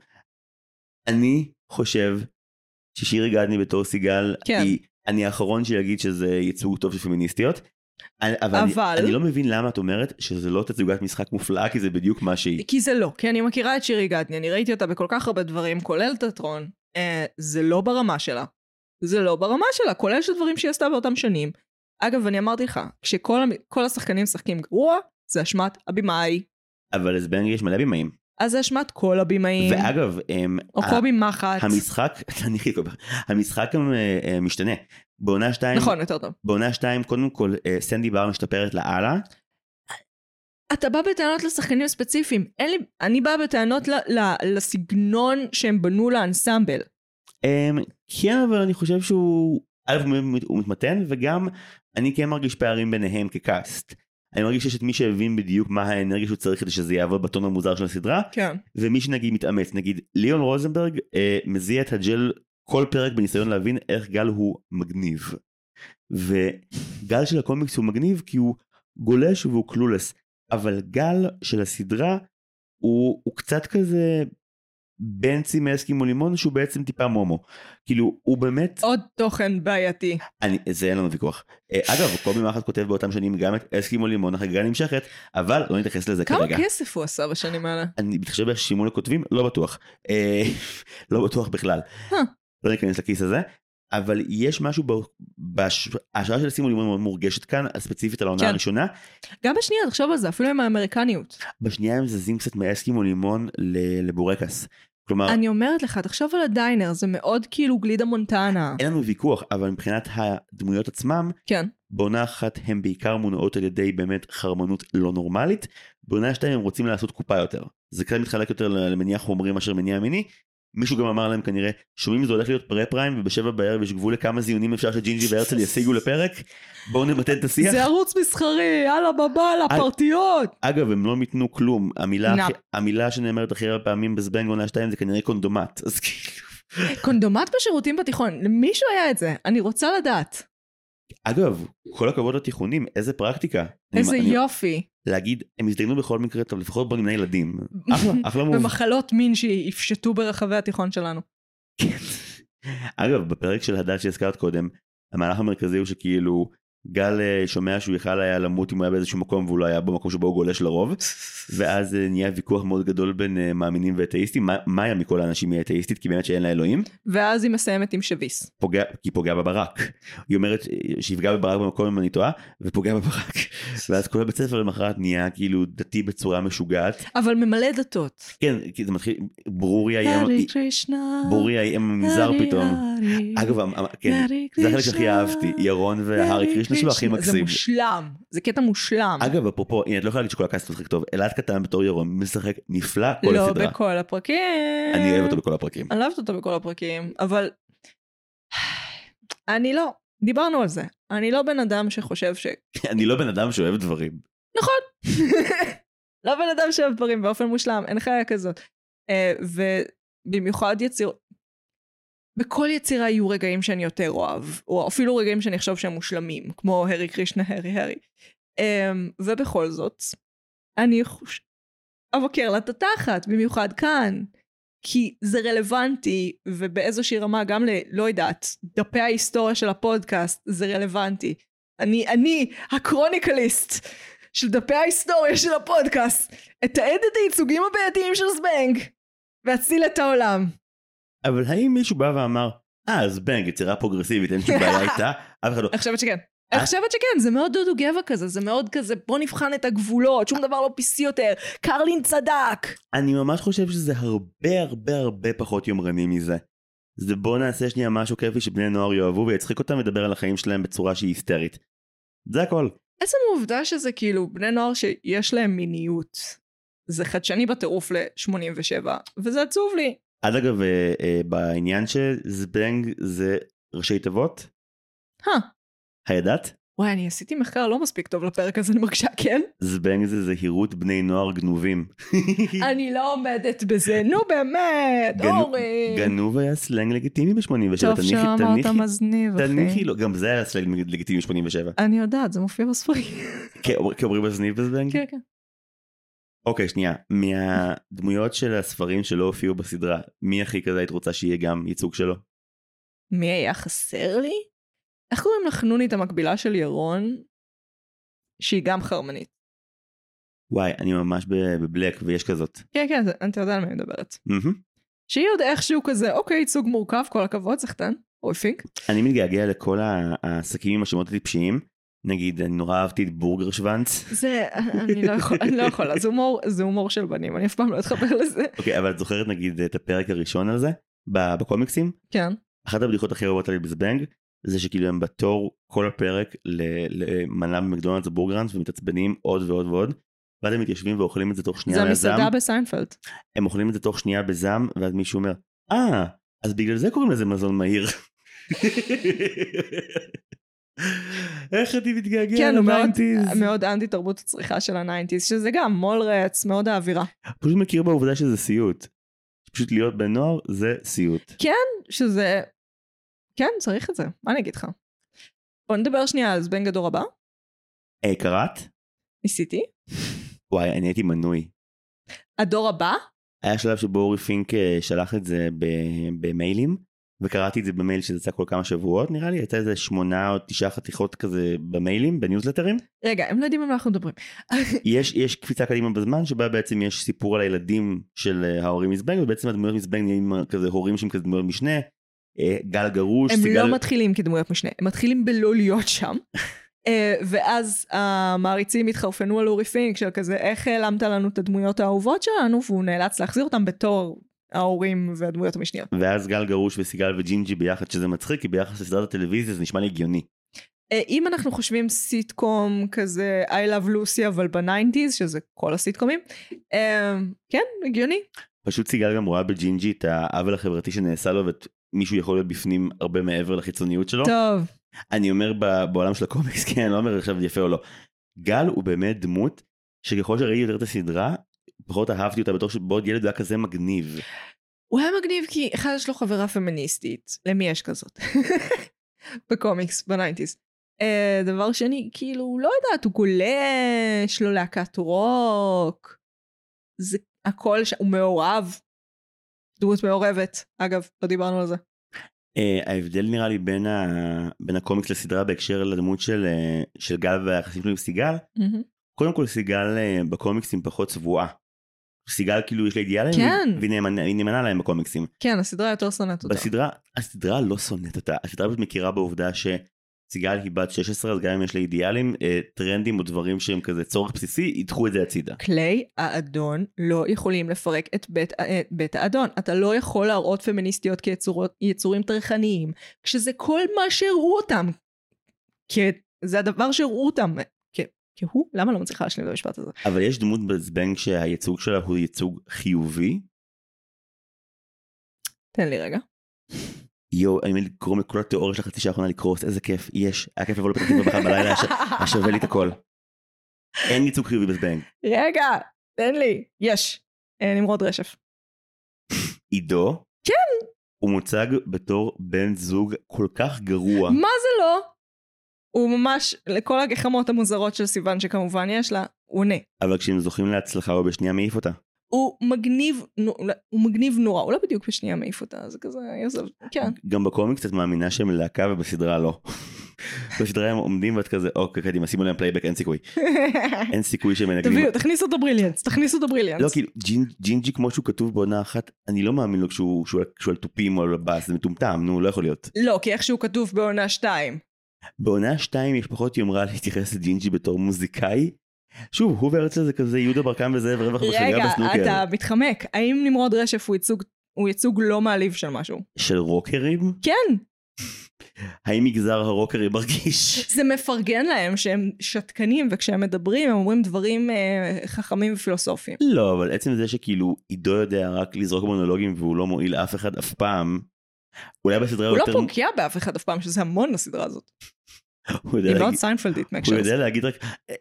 אני חושב ששירי גדני בתור סיגל, כן. היא, אני האחרון שיגיד שזה ייצוג טוב של פמיניסטיות. אני- אבל אני- אבל- אני לא מבין למה את אומרת שזה לא תצוגת משחק מופלאה, כי זה בדיוק מה שהיא. כי זה לא, כי אני מכירה את שירי גדני, אני ראיתי אותה בכל כך הרבה דברים, כולל תיאטרון. אה, זה לא ברמה שלה. זה לא ברמה שלה, כולל של דברים שהיא עשתה באותם שנים. אגב, אני אמרתי לך, כשכל המ- כל השחקנים משחקים גרוע, זה אשמת הבמאי. אבל לזבנג יש מלא בימאים. אז זה אשמת כל הבמאים, ואגב, אמ, אה, או ה- קובי מחט. המשחק, תניחי את קובר, המשחק גם אה, אה, משתנה. בעונה 2, נכון, יותר טוב. בעונה 2, קודם כל, אה, סנדי בר משתפרת לאללה, אתה בא בטענות לשחקנים ספציפיים. אין לי... אני באה בטענות ל... ל... לסגנון שהם בנו לאנסמבל. אמ, כן, אבל אני חושב שהוא... א', הוא מת- הוא מתמתן, וגם אני כן מרגיש פערים ביניהם כקאסט. אני מרגיש שיש את מי שהבין בדיוק מה האנרגיה שהוא צריך כדי שזה יעבוד בטון המוזר של הסדרה, כן. ומי שנגיד מתאמץ. נגיד, ליאון רוזנברג אה, מזיע את הג'ל כל פרק בניסיון להבין איך גל הוא מגניב. וגל של הקומיקס הוא מגניב כי הוא גולש והוא קלולס, אבל גל של הסדרה הוא, הוא קצת כזה בנצי מאסקימו לימון שהוא בעצם טיפה מומו. כאילו, הוא באמת... עוד תוכן בעייתי. אני, זה אין לנו ויכוח. אה, אגב, קובי מחט כותב באותם שנים גם את אסקימו לימון, החגיגה נמשכת, אבל לא נתייחס לזה כמה כרגע. כסף הוא עשה בשנים האלה? אני מתחשב איך שימון הכותבים, לא בטוח. אה, לא בטוח בכלל. Huh. לא ניכנס לכיס הזה. אבל יש משהו, ב- בהש- ההשראה של סימון לימון מאוד מורגשת כאן, ספציפית על העונה כן. הראשונה. גם בשנייה, תחשוב על זה, אפילו עם האמריקניות. בשנייה הם זזים קצת מאסקימו לימון ל- לבורקס. כלומר, אני אומרת לך, תחשוב על הדיינר, זה מאוד כאילו גלידה מונטנה. אין לנו ויכוח, אבל מבחינת הדמויות עצמם, כן. בעונה אחת הן בעיקר מונעות על ידי באמת חרמנות לא נורמלית, בעונה שתיים הם רוצים לעשות קופה יותר. זה קצת מתחלק יותר למניע חומרי מאשר מניע מיני. מישהו גם אמר להם כנראה, שומעים זה הולך להיות פרה-פריים ובשבע בערב יש גבול לכמה זיונים אפשר שג'ינג'י והרצל ישיגו לפרק, בואו נמתן את השיח. זה ערוץ מסחרי, יאללה בבאללה, אל- פרטיות. אגב, הם לא מיתנו כלום, המילה, נאפ. הכי- המילה שנאמרת הכי הרבה פעמים בזבנג עונה שתיים זה כנראה קונדומט, אז כאילו... קונדומט בשירותים בתיכון, למישהו היה את זה, אני רוצה לדעת. אגב, כל הכבוד לתיכונים, איזה פרקטיקה. אני- איזה אני- יופי. להגיד, הם הזדיינו בכל מקרה, טוב, לפחות בוא נמנה ילדים. אחלה, אחלה מוב. במחלות מין שיפשטו ברחבי התיכון שלנו. אגב, בפרק של הדל שהזכרת קודם, המהלך המרכזי הוא שכאילו גל אה, שומע שהוא יכל היה למות אם הוא היה באיזשהו מקום והוא לא היה במקום שבו הוא גולש לרוב, ואז אה, נהיה ויכוח מאוד גדול בין אה, מאמינים ואתאיסטים, מה- מאיה מכל האנשים היא אתאיסטית כי באמת שאין לה אלוהים, ואז היא מסיימת עם שביס. פוגע, כי פוגע בברק. היא אומרת אה, שיפגע בברק במקום אם אני טועה, ופוגע בברק. ואז כל הבית ספר למחרת נהיה כאילו דתי בצורה משוגעת. אבל ממלא דתות. כן, כי זה מתחיל, אמ, ברורי היה, הרי קרישנה. ברורי היה עם המנזר אמ, פתאום. אגב, המ- המ- כן, זה החלק שהכי אהבתי, ירון והארי קרישנה שלו הכי זה מקסים. מושלם, זה קטע מושלם. אגב, אפרופו, הנה, את לא יכולה להגיד שכל הקאסט משחק טוב, אלעד קטן בתור ירון משחק נפלא כל לא הסדרה. בכל הפרקים. אני אוהב אותו בכל הפרקים. אני לא אוהבת אותו בכל הפרקים, אבל... אני לא, דיברנו על זה. אני לא בן אדם שחושב ש... אני לא בן אדם שאוהב דברים. לא בן אדם שאוהב דברים באופן מושלם, אין חיה כזאת. אה, ובמיוחד יציר... בכל יצירה יהיו רגעים שאני יותר אוהב, או אפילו רגעים שאני אחשוב שהם מושלמים, כמו הרי קרישנה, הרי הרי. אמ, ובכל זאת, אני חוש... אבקר לה את התחת, במיוחד כאן. כי זה רלוונטי, ובאיזושהי רמה גם ל... לא יודעת, דפי ההיסטוריה של הפודקאסט, זה רלוונטי. אני, אני, הקרוניקליסט של דפי ההיסטוריה של הפודקאסט, אתעד את הייצוגים הבעייתיים של זבנג, ואציל את העולם. אבל האם מישהו בא ואמר, אה, אז בנג, יצירה פרוגרסיבית, אין שום בעיה איתה, אף אחד לא. אני חושבת שכן. אני אה? חושבת שכן, זה מאוד דודו גבע כזה, זה מאוד כזה, בוא נבחן את הגבולות, שום דבר לא PC יותר, קרלין צדק. אני ממש חושב שזה הרבה הרבה הרבה פחות יומרני מזה. זה בוא נעשה שנייה משהו כיפי שבני נוער יאהבו ויצחיק אותם לדבר על החיים שלהם בצורה שהיא היסטרית. זה הכל. עצם העובדה שזה כאילו בני נוער שיש להם מיניות, זה חדשני בטירוף ל-87, וזה עצוב לי. עד אגב, אה, אה, בעניין שזבנג זה ראשי תיבות, הא, הידעת? וואי, אני עשיתי מחקר לא מספיק טוב לפרק הזה, אני מרגישה, כן? זבנג זה זהירות בני נוער גנובים. אה. אני לא עומדת בזה, נו באמת, גנו- אורי. גנוב היה סלנג לגיטימי ב-87, טוב שלא אמרת מזניב, תניחי אחי. לו, גם זה היה סלנג לגיטימי ב-87. אני יודעת, זה מופיע בספרים. כאומרים בזניב בזבנג? כן, כן. אוקיי, שנייה. מהדמויות של הספרים שלא הופיעו בסדרה, מי הכי כזה היית רוצה שיהיה גם ייצוג שלו? מי היה חסר לי? איך קוראים לחנונית המקבילה של ירון? שהיא גם חרמנית. וואי, אני ממש ב- בבלק ויש כזאת. כן, כן, זה- אתה יודע על מה אני מדברת. מהמם. שהיא עוד איכשהו כזה, אוקיי, ייצוג מורכב, כל הכבוד, סחטן, אויפינג. אני מתגעגע לכל ה- העסקים עם השמות הטיפשיים. נגיד, אני נורא אהבתי את בורגר שוונץ. זה, אני לא יכול- אני לא יכולה, זה הומור, זה הומור של בנים, אני אף פעם לא אתחבר לזה. אוקיי, אבל את זוכרת נגיד את הפרק הראשון על זה? ב- בקומיקסים? כן. אחת הבדיחות הכי אוהבות עלי בזבנג, זה שכאילו הם בתור כל הפרק ל- למנה במקדונלדס ובורגראנס ומתעצבנים עוד ועוד ועוד. ואז הם מתיישבים ואוכלים את זה תוך זה שנייה מהזעם. המסעדה בסיינפלד. הם אוכלים את זה תוך שנייה בזעם, ואז מישהו אומר, אה, אז בגלל זה קוראים לזה מזון מהיר. איך אני מתגעגע כן, הוא מאוד- לניינטיז. מאוד אנטי תרבות הצריכה של הניינטיז, שזה גם מולרץ, מאוד האווירה. פשוט מכיר בעובדה שזה סיוט. פשוט להיות בן נוער זה סיוט. שזה... כן, צריך את זה, מה אני אגיד לך? בוא נדבר שנייה על זבנג הדור הבא, היי, קראת? ניסיתי. וואי, אני הייתי מנוי. הדור הבא? היה שלב שבו אורי פינק אה, שלח את זה ב- במיילים, וקראתי את זה במייל שזה יצא כל כמה שבועות נראה לי, יצא איזה שמונה או תשעה חתיכות כזה במיילים, בניוזלטרים. רגע, הם לא יודעים על מה אנחנו מדברים. יש, יש קפיצה קדימה בזמן שבה בעצם יש סיפור על הילדים של אה, ההורים מזבנג, ובעצם הדמויות מזבנג נהיים אה, כזה הורים שהם כזה דמויות משנה, אה, גל גרוש, הם סיגל... לא מתחילים כדמויות משנה, הם מתחילים בלא להיות שם. אה, ואז המעריצים התחרפנו על אורי פינק של כזה, איך העלמת לנו את הדמויות האהובות שלנו, והוא נאלץ להחזיר אותם בתור ההורים והדמויות המשניות. ואז גל גרוש וסיגל וג'ינג'י ביחד, שזה מצחיק, כי ביחס לסדרת הטלוויזיה זה נשמע לי הגיוני. אה, אם אנחנו חושבים סיטקום כזה I love Lucy אבל בניינטיז, שזה כל הסיטקומים, אה, כן, הגיוני. פשוט סיגל גם רואה בג'ינג'י את העוול החברתי שנעשה לו, ואת מישהו יכול להיות בפנים הרבה מעבר לחיצוניות שלו. טוב. אני אומר ב- בעולם של הקומיקס, כן, אני לא אומר עכשיו יפה או לא. גל הוא באמת דמות שככל שראיתי יותר את הסדרה, פחות אהבתי אותה בתור שבעוד ילד הוא היה כזה מגניב. הוא היה מגניב כי אחד יש לו חברה פמיניסטית, למי יש כזאת? בקומיקס, בניינטיז. אה, דבר שני, כאילו, לא יודעת, הוא גולש, לו להקת רוק, זה הכל, ש... הוא מעורב. דמות מעורבת, אגב, לא דיברנו על זה. Uh, ההבדל נראה לי בין, ה... בין הקומיקס לסדרה בהקשר לדמות של, uh, של גל והיחסים שלו עם סיגל, קודם כל סיגל uh, בקומיקסים פחות צבועה. סיגל כאילו יש לה אידיאלים, כן. והיא- והיא נאמנה, היא נאמנה להם בקומיקסים. כן, הסדרה יותר שונאת אותה. בסדרה, הסדרה לא שונאת אותה, הסדרה פשוט מכירה בעובדה שסיגל היא בת 16, אז גם אם יש לה אידיאלים, אה, טרנדים או דברים שהם כזה צורך בסיסי, ידחו את זה הצידה. כלי האדון לא יכולים לפרק את בית, אה, בית האדון. אתה לא יכול להראות פמיניסטיות כיצורות- יצורים טרחניים, כשזה כל מה שהראו אותם. כ... זה הדבר שהראו אותם. כ... כהוא? למה לא מצליחה להשלים את המשפט הזה? אבל יש דמות בזבנג שהייצוג שלה הוא ייצוג חיובי. תן לי רגע. יואו, אני מת לקרוא מכל התיאוריה של החצי שעה האחרונה לקרוס, איזה כיף, יש, היה כיף לבוא לפתח תקווה בכלל בלילה, היה ש- היה שווה לי את הכל. אין ייצוג חיובי בזבנג. רגע, תן לי. יש. אה, נמרוד רשף. עידו, כן, הוא מוצג בתור בן זוג כל כך גרוע. מה זה לא? הוא ממש, לכל הגחמות המוזרות של סיוון שכמובן יש לה, הוא עונה. אבל כשהם זוכים להצלחה הוא בשנייה מעיף אותה. הוא מגניב, נו- הוא מגניב נורא, הוא לא בדיוק בשנייה מעיף אותה, זה כזה, יוסף, כן. גם בקומיקס את מאמינה שהם להקה ובסדרה לא. בסדרה הם עומדים ואת כזה אוקיי קדימה שימו להם פלייבק אין סיכוי אין סיכוי שהם מנגנים. תביאו, כן? תכניסו אותו בריליאנס, תכניסו אותו בריליאנס. לא כאילו ג'ינ- ג'ינג'י כמו שהוא כתוב בעונה אחת אני לא מאמין לו כשהוא שהוא על- שהוא על תופים או על הבאס זה מטומטם נו לא יכול להיות. לא, כי איכשהו כתוב בעונה 2. בעונה 2 יש פחות יומרה להתייחס לג'ינג'י בתור מוזיקאי. שוב הוא והרצל זה כזה יהודה ברקן וזאב רווח רגע, בחגיגה בסנוקר אתה מתחמק, האם נמרוד רשף הוא ייצוג- הוא ייצוג לא מעליב של משהו? של רוקרים כן, האם מגזר הרוקרים מרגיש זה מפרגן להם שהם שתקנים, וכשהם מדברים הם אומרים דברים אה, חכמים ופילוסופיים. לא, אבל עצם זה שכאילו עידו יודע רק לזרוק מונולוגים והוא לא מועיל אף אחד אף פעם, אולי בסדרה הוא לא יותר... פוגע באף אחד אף פעם, שזה המון הסדרה הזאת. הוא יודע היא מאוד להגיד- סיינפלדית הוא מהקשר הזה. יודע להגיד רק...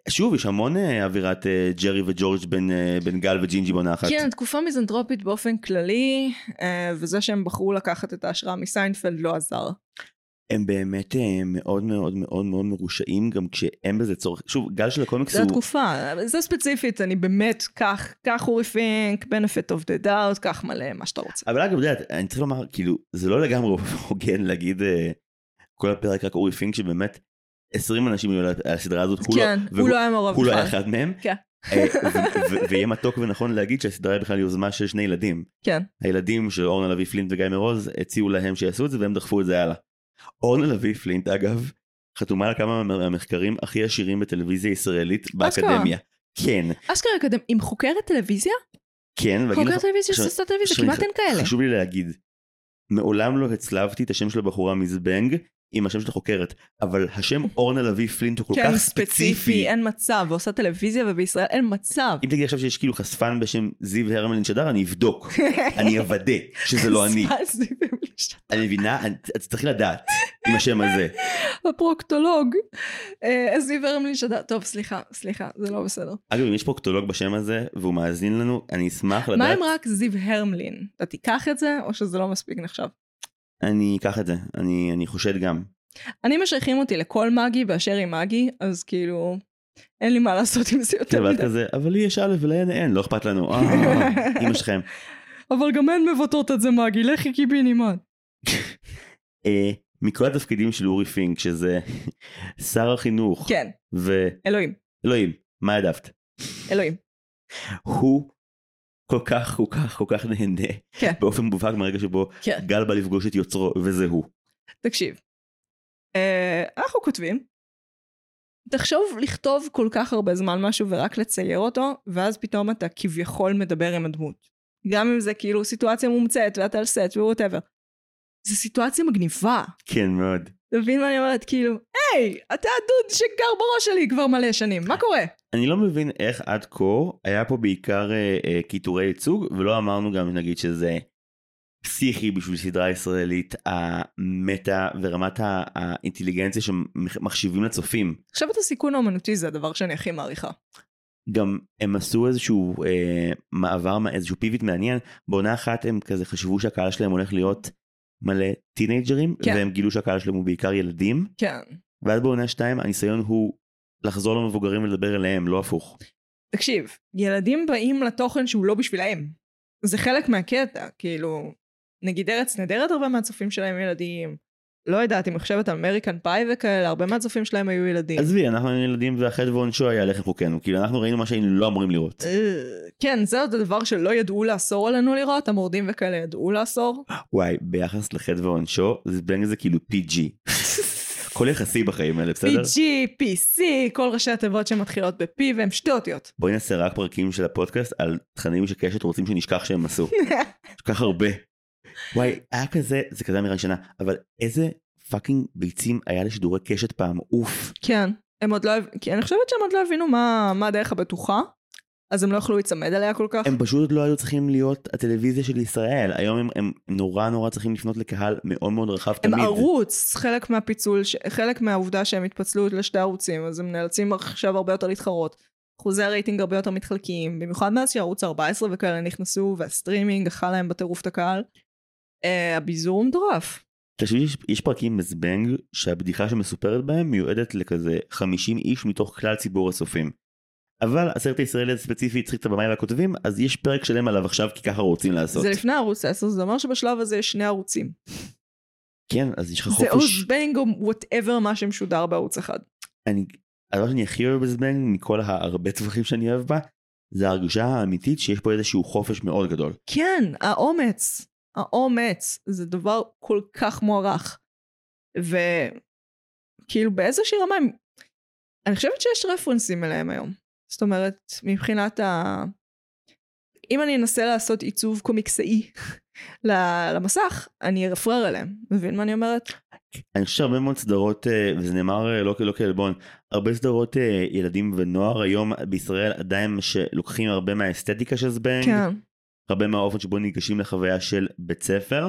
שוב, יש המון אה, אווירת אה, ג'רי וג'ורג' בין, אה, בין גל וג'ינג'י בעונה אחת. כן, תקופה מיזנטרופית באופן כללי, אה, וזה שהם בחרו לקחת את ההשראה מסיינפלד לא עזר. הם באמת אה, מאוד מאוד מאוד מאוד מרושעים גם כשאין בזה צורך. שוב, גל של הקומיקס זו הוא... התקופה, זה ספציפית, אני באמת, קח, קח אורי פינק, benefit of the doubt, קח מלא מה שאתה רוצה. אבל אגב, את יודעת, אני צריך לומר, כאילו, זה לא לגמרי הוגן להגיד אה, כל הפרק רק אורי פינק שבאמת 20 אנשים היו על הסדרה הזאת, הוא לא- כן, והוא- הוא לא היה מעורב הוא לא היה בכלל. אחד מהם. כן. אה, ו- ו- ויהיה מתוק ונכון להגיד שהסדרה היא בכלל יוזמה של שני ילדים. כן. הילדים של אורנה לביא פלינט וגיא מרוז הציעו להם שיעשו את זה והם דחפו את זה הלאה. אורנה לביא פלינט אגב חתומה על כמה מה- מהמחקרים הכי עשירים בטלוויזיה הישראלית אשכרה. באקדמיה. כן, אשכרה קדם, עם חוקרת טלוויזיה? כן, ואגיד חוקרת לך, טלוויזיה עכשיו- שעושה טלוויזיה, עכשיו אני כמעט אין כאלה. חשוב לי להגיד, מעולם לא הצלבתי את השם של הבחורה מזבנג עם השם של החוקרת, אבל השם אורנה לביא פלינט הוא כל כן, כך ספציפי, ספציפי. אין מצב, ועושה טלוויזיה ובישראל אין מצב. אם תגיד עכשיו שיש כאילו חשפן בשם זיו הרמלין שדר, אני אבדוק, אני אוודא שזה לא אני. אני מבינה, אני- את תצטרכי לדעת עם השם הזה. הפרוקטולוג. אה, זיו הרמלין שדה, טוב סליחה, סליחה, זה לא בסדר. אגב, אם יש פרוקטולוג בשם הזה, והוא מאזין לנו, אני אשמח מה לדעת. אם רק זיו הרמלין? אתה תיקח את זה, או שזה לא מספיק נחשב? אני אקח את זה, אני אני חושד גם. אני משייכים אותי לכל מגי באשר היא מגי, אז כאילו, אין לי מה לעשות עם זה יותר כן, ואת מדי. כזה, אבל לי יש א' ולהן אין, לא אכפת לנו. אה, אמא שלכם. אבל גם הן מבטאות את זה מגי, לכי קיבינימון. אה, מכל התפקידים של אורי פינק, שזה שר החינוך, כן, אלוהים, ואלוהים, מה העדפת? אלוהים. הוא כל כך, כל כך, כל כך נהנה, כן. באופן מובהק מהרגע שבו כן. גל בא לפגוש את יוצרו, וזה הוא. תקשיב, אה, אנחנו כותבים, תחשוב לכתוב כל כך הרבה זמן משהו ורק לצייר אותו, ואז פתאום אתה כביכול מדבר עם הדמות. גם אם זה כאילו סיטואציה מומצאת ואתה על סט וווטאבר. זו סיטואציה מגניבה. כן, מאוד. אתה מבין מה אני אומרת? כאילו, היי, אתה הדוד שגר בראש שלי כבר מלא שנים, מה קורה? אני לא מבין איך עד כה היה פה בעיקר אה, אה, קיטורי ייצוג ולא אמרנו גם נגיד שזה פסיכי בשביל סדרה ישראלית המטה ורמת ה- האינטליגנציה שמחשיבים לצופים. עכשיו את הסיכון האומנותי זה הדבר שאני הכי מעריכה. גם הם עשו איזשהו אה, מעבר, מה- איזשהו פיבוט מעניין. בעונה אחת הם כזה חשבו שהקהל שלהם הולך להיות מלא טינג'רים כן. והם גילו שהקהל שלהם הוא בעיקר ילדים. כן. ואז בעונה שתיים הניסיון הוא לחזור למבוגרים ולדבר אליהם, לא הפוך. תקשיב, ילדים באים לתוכן שהוא לא בשבילהם. זה חלק מהקטע, כאילו, נגיד ארץ נהדרת הרבה מהצופים שלהם ילדים. לא יודעת, אם מחשבת על אמריקן פאי וכאלה, הרבה מהצופים שלהם היו ילדים. עזבי, אנחנו היינו ילדים והחטא ועונשו היה לחם חוקנו, כאילו אנחנו ראינו מה שהיינו לא אמורים לראות. אה, כן, זה עוד הדבר שלא ידעו לאסור עלינו לראות, המורדים וכאלה ידעו לאסור. וואי, ביחס לחטא ועונשו, זה בין זה כאילו PG. הכל יחסי בחיים האלה, בסדר? PG, PC, כל ראשי התיבות שמתחילות ב-P והם שתי אותיות. בואי נעשה רק פרקים של הפודקאסט על תכנים שקשת רוצים שנשכח שהם עשו. יש כל כך הרבה. וואי, היה כזה, זה כזה אמירה ראשונה, אבל איזה פאקינג ביצים היה לשידורי קשת פעם, אוף. כן, הם עוד לא, הב- כי אני חושבת שהם עוד לא הבינו מה מה הדרך הבטוחה, אז הם לא יכלו להיצמד אליה כל כך. הם פשוט עוד לא היו צריכים להיות הטלוויזיה של ישראל, היום הם, הם נורא נורא צריכים לפנות לקהל מאוד מאוד רחב הם תמיד. ערוץ, חלק מהפיצול, ש- חלק מהעובדה שהם התפצלו לשתי ערוצים, אז הם נאלצים עכשיו הרבה יותר להתחרות. אחוזי הרייטינג הרבה יותר מתחלקים, במיוחד מאז שערוץ 14 וכאלה נכנסו, והסטרימינג אכל להם בטירוף את הקהל. אה, הביזור הוא מטורף. תחשבי, יש, יש פרקים בזבנג שהבדיחה שמסופרת בהם מיועדת לכזה 50 איש מתוך כלל ציבור הצופים. אבל הסרט הישראלי הספציפי צריך את הבמאי והכותבים, אז יש פרק שלם עליו עכשיו כי ככה רוצים לעשות. זה לפני ערוץ 10, זה אומר שבשלב הזה יש שני ערוצים. כן, אז יש לך זה או חופש. זבנג או וואטאבר מה שמשודר בערוץ אחד. אני, הדבר שאני הכי אוהב בזבנג, מכל ההרבה טווחים שאני אוהב בה, זה ההרגשה האמיתית שיש פה איזשהו חופש מאוד גדול. כן, האומץ. האומץ זה דבר כל כך מוערך. וכאילו באיזושהי רמה, הם- אני חושבת שיש רפרנסים אליהם היום. זאת אומרת, מבחינת ה... אם אני אנסה לעשות עיצוב קומיקסאי ל- למסך, אני ארפרר אליהם. מבין מה אני אומרת? אני חושב שהרבה מאוד סדרות, אה, וזה נאמר אה, לא, כ- לא כעלבון, הרבה סדרות אה, ילדים ונוער היום בישראל עדיין שלוקחים הרבה מהאסתטיקה של זבנג. כן. הרבה מהאופן שבו ניגשים לחוויה של בית ספר.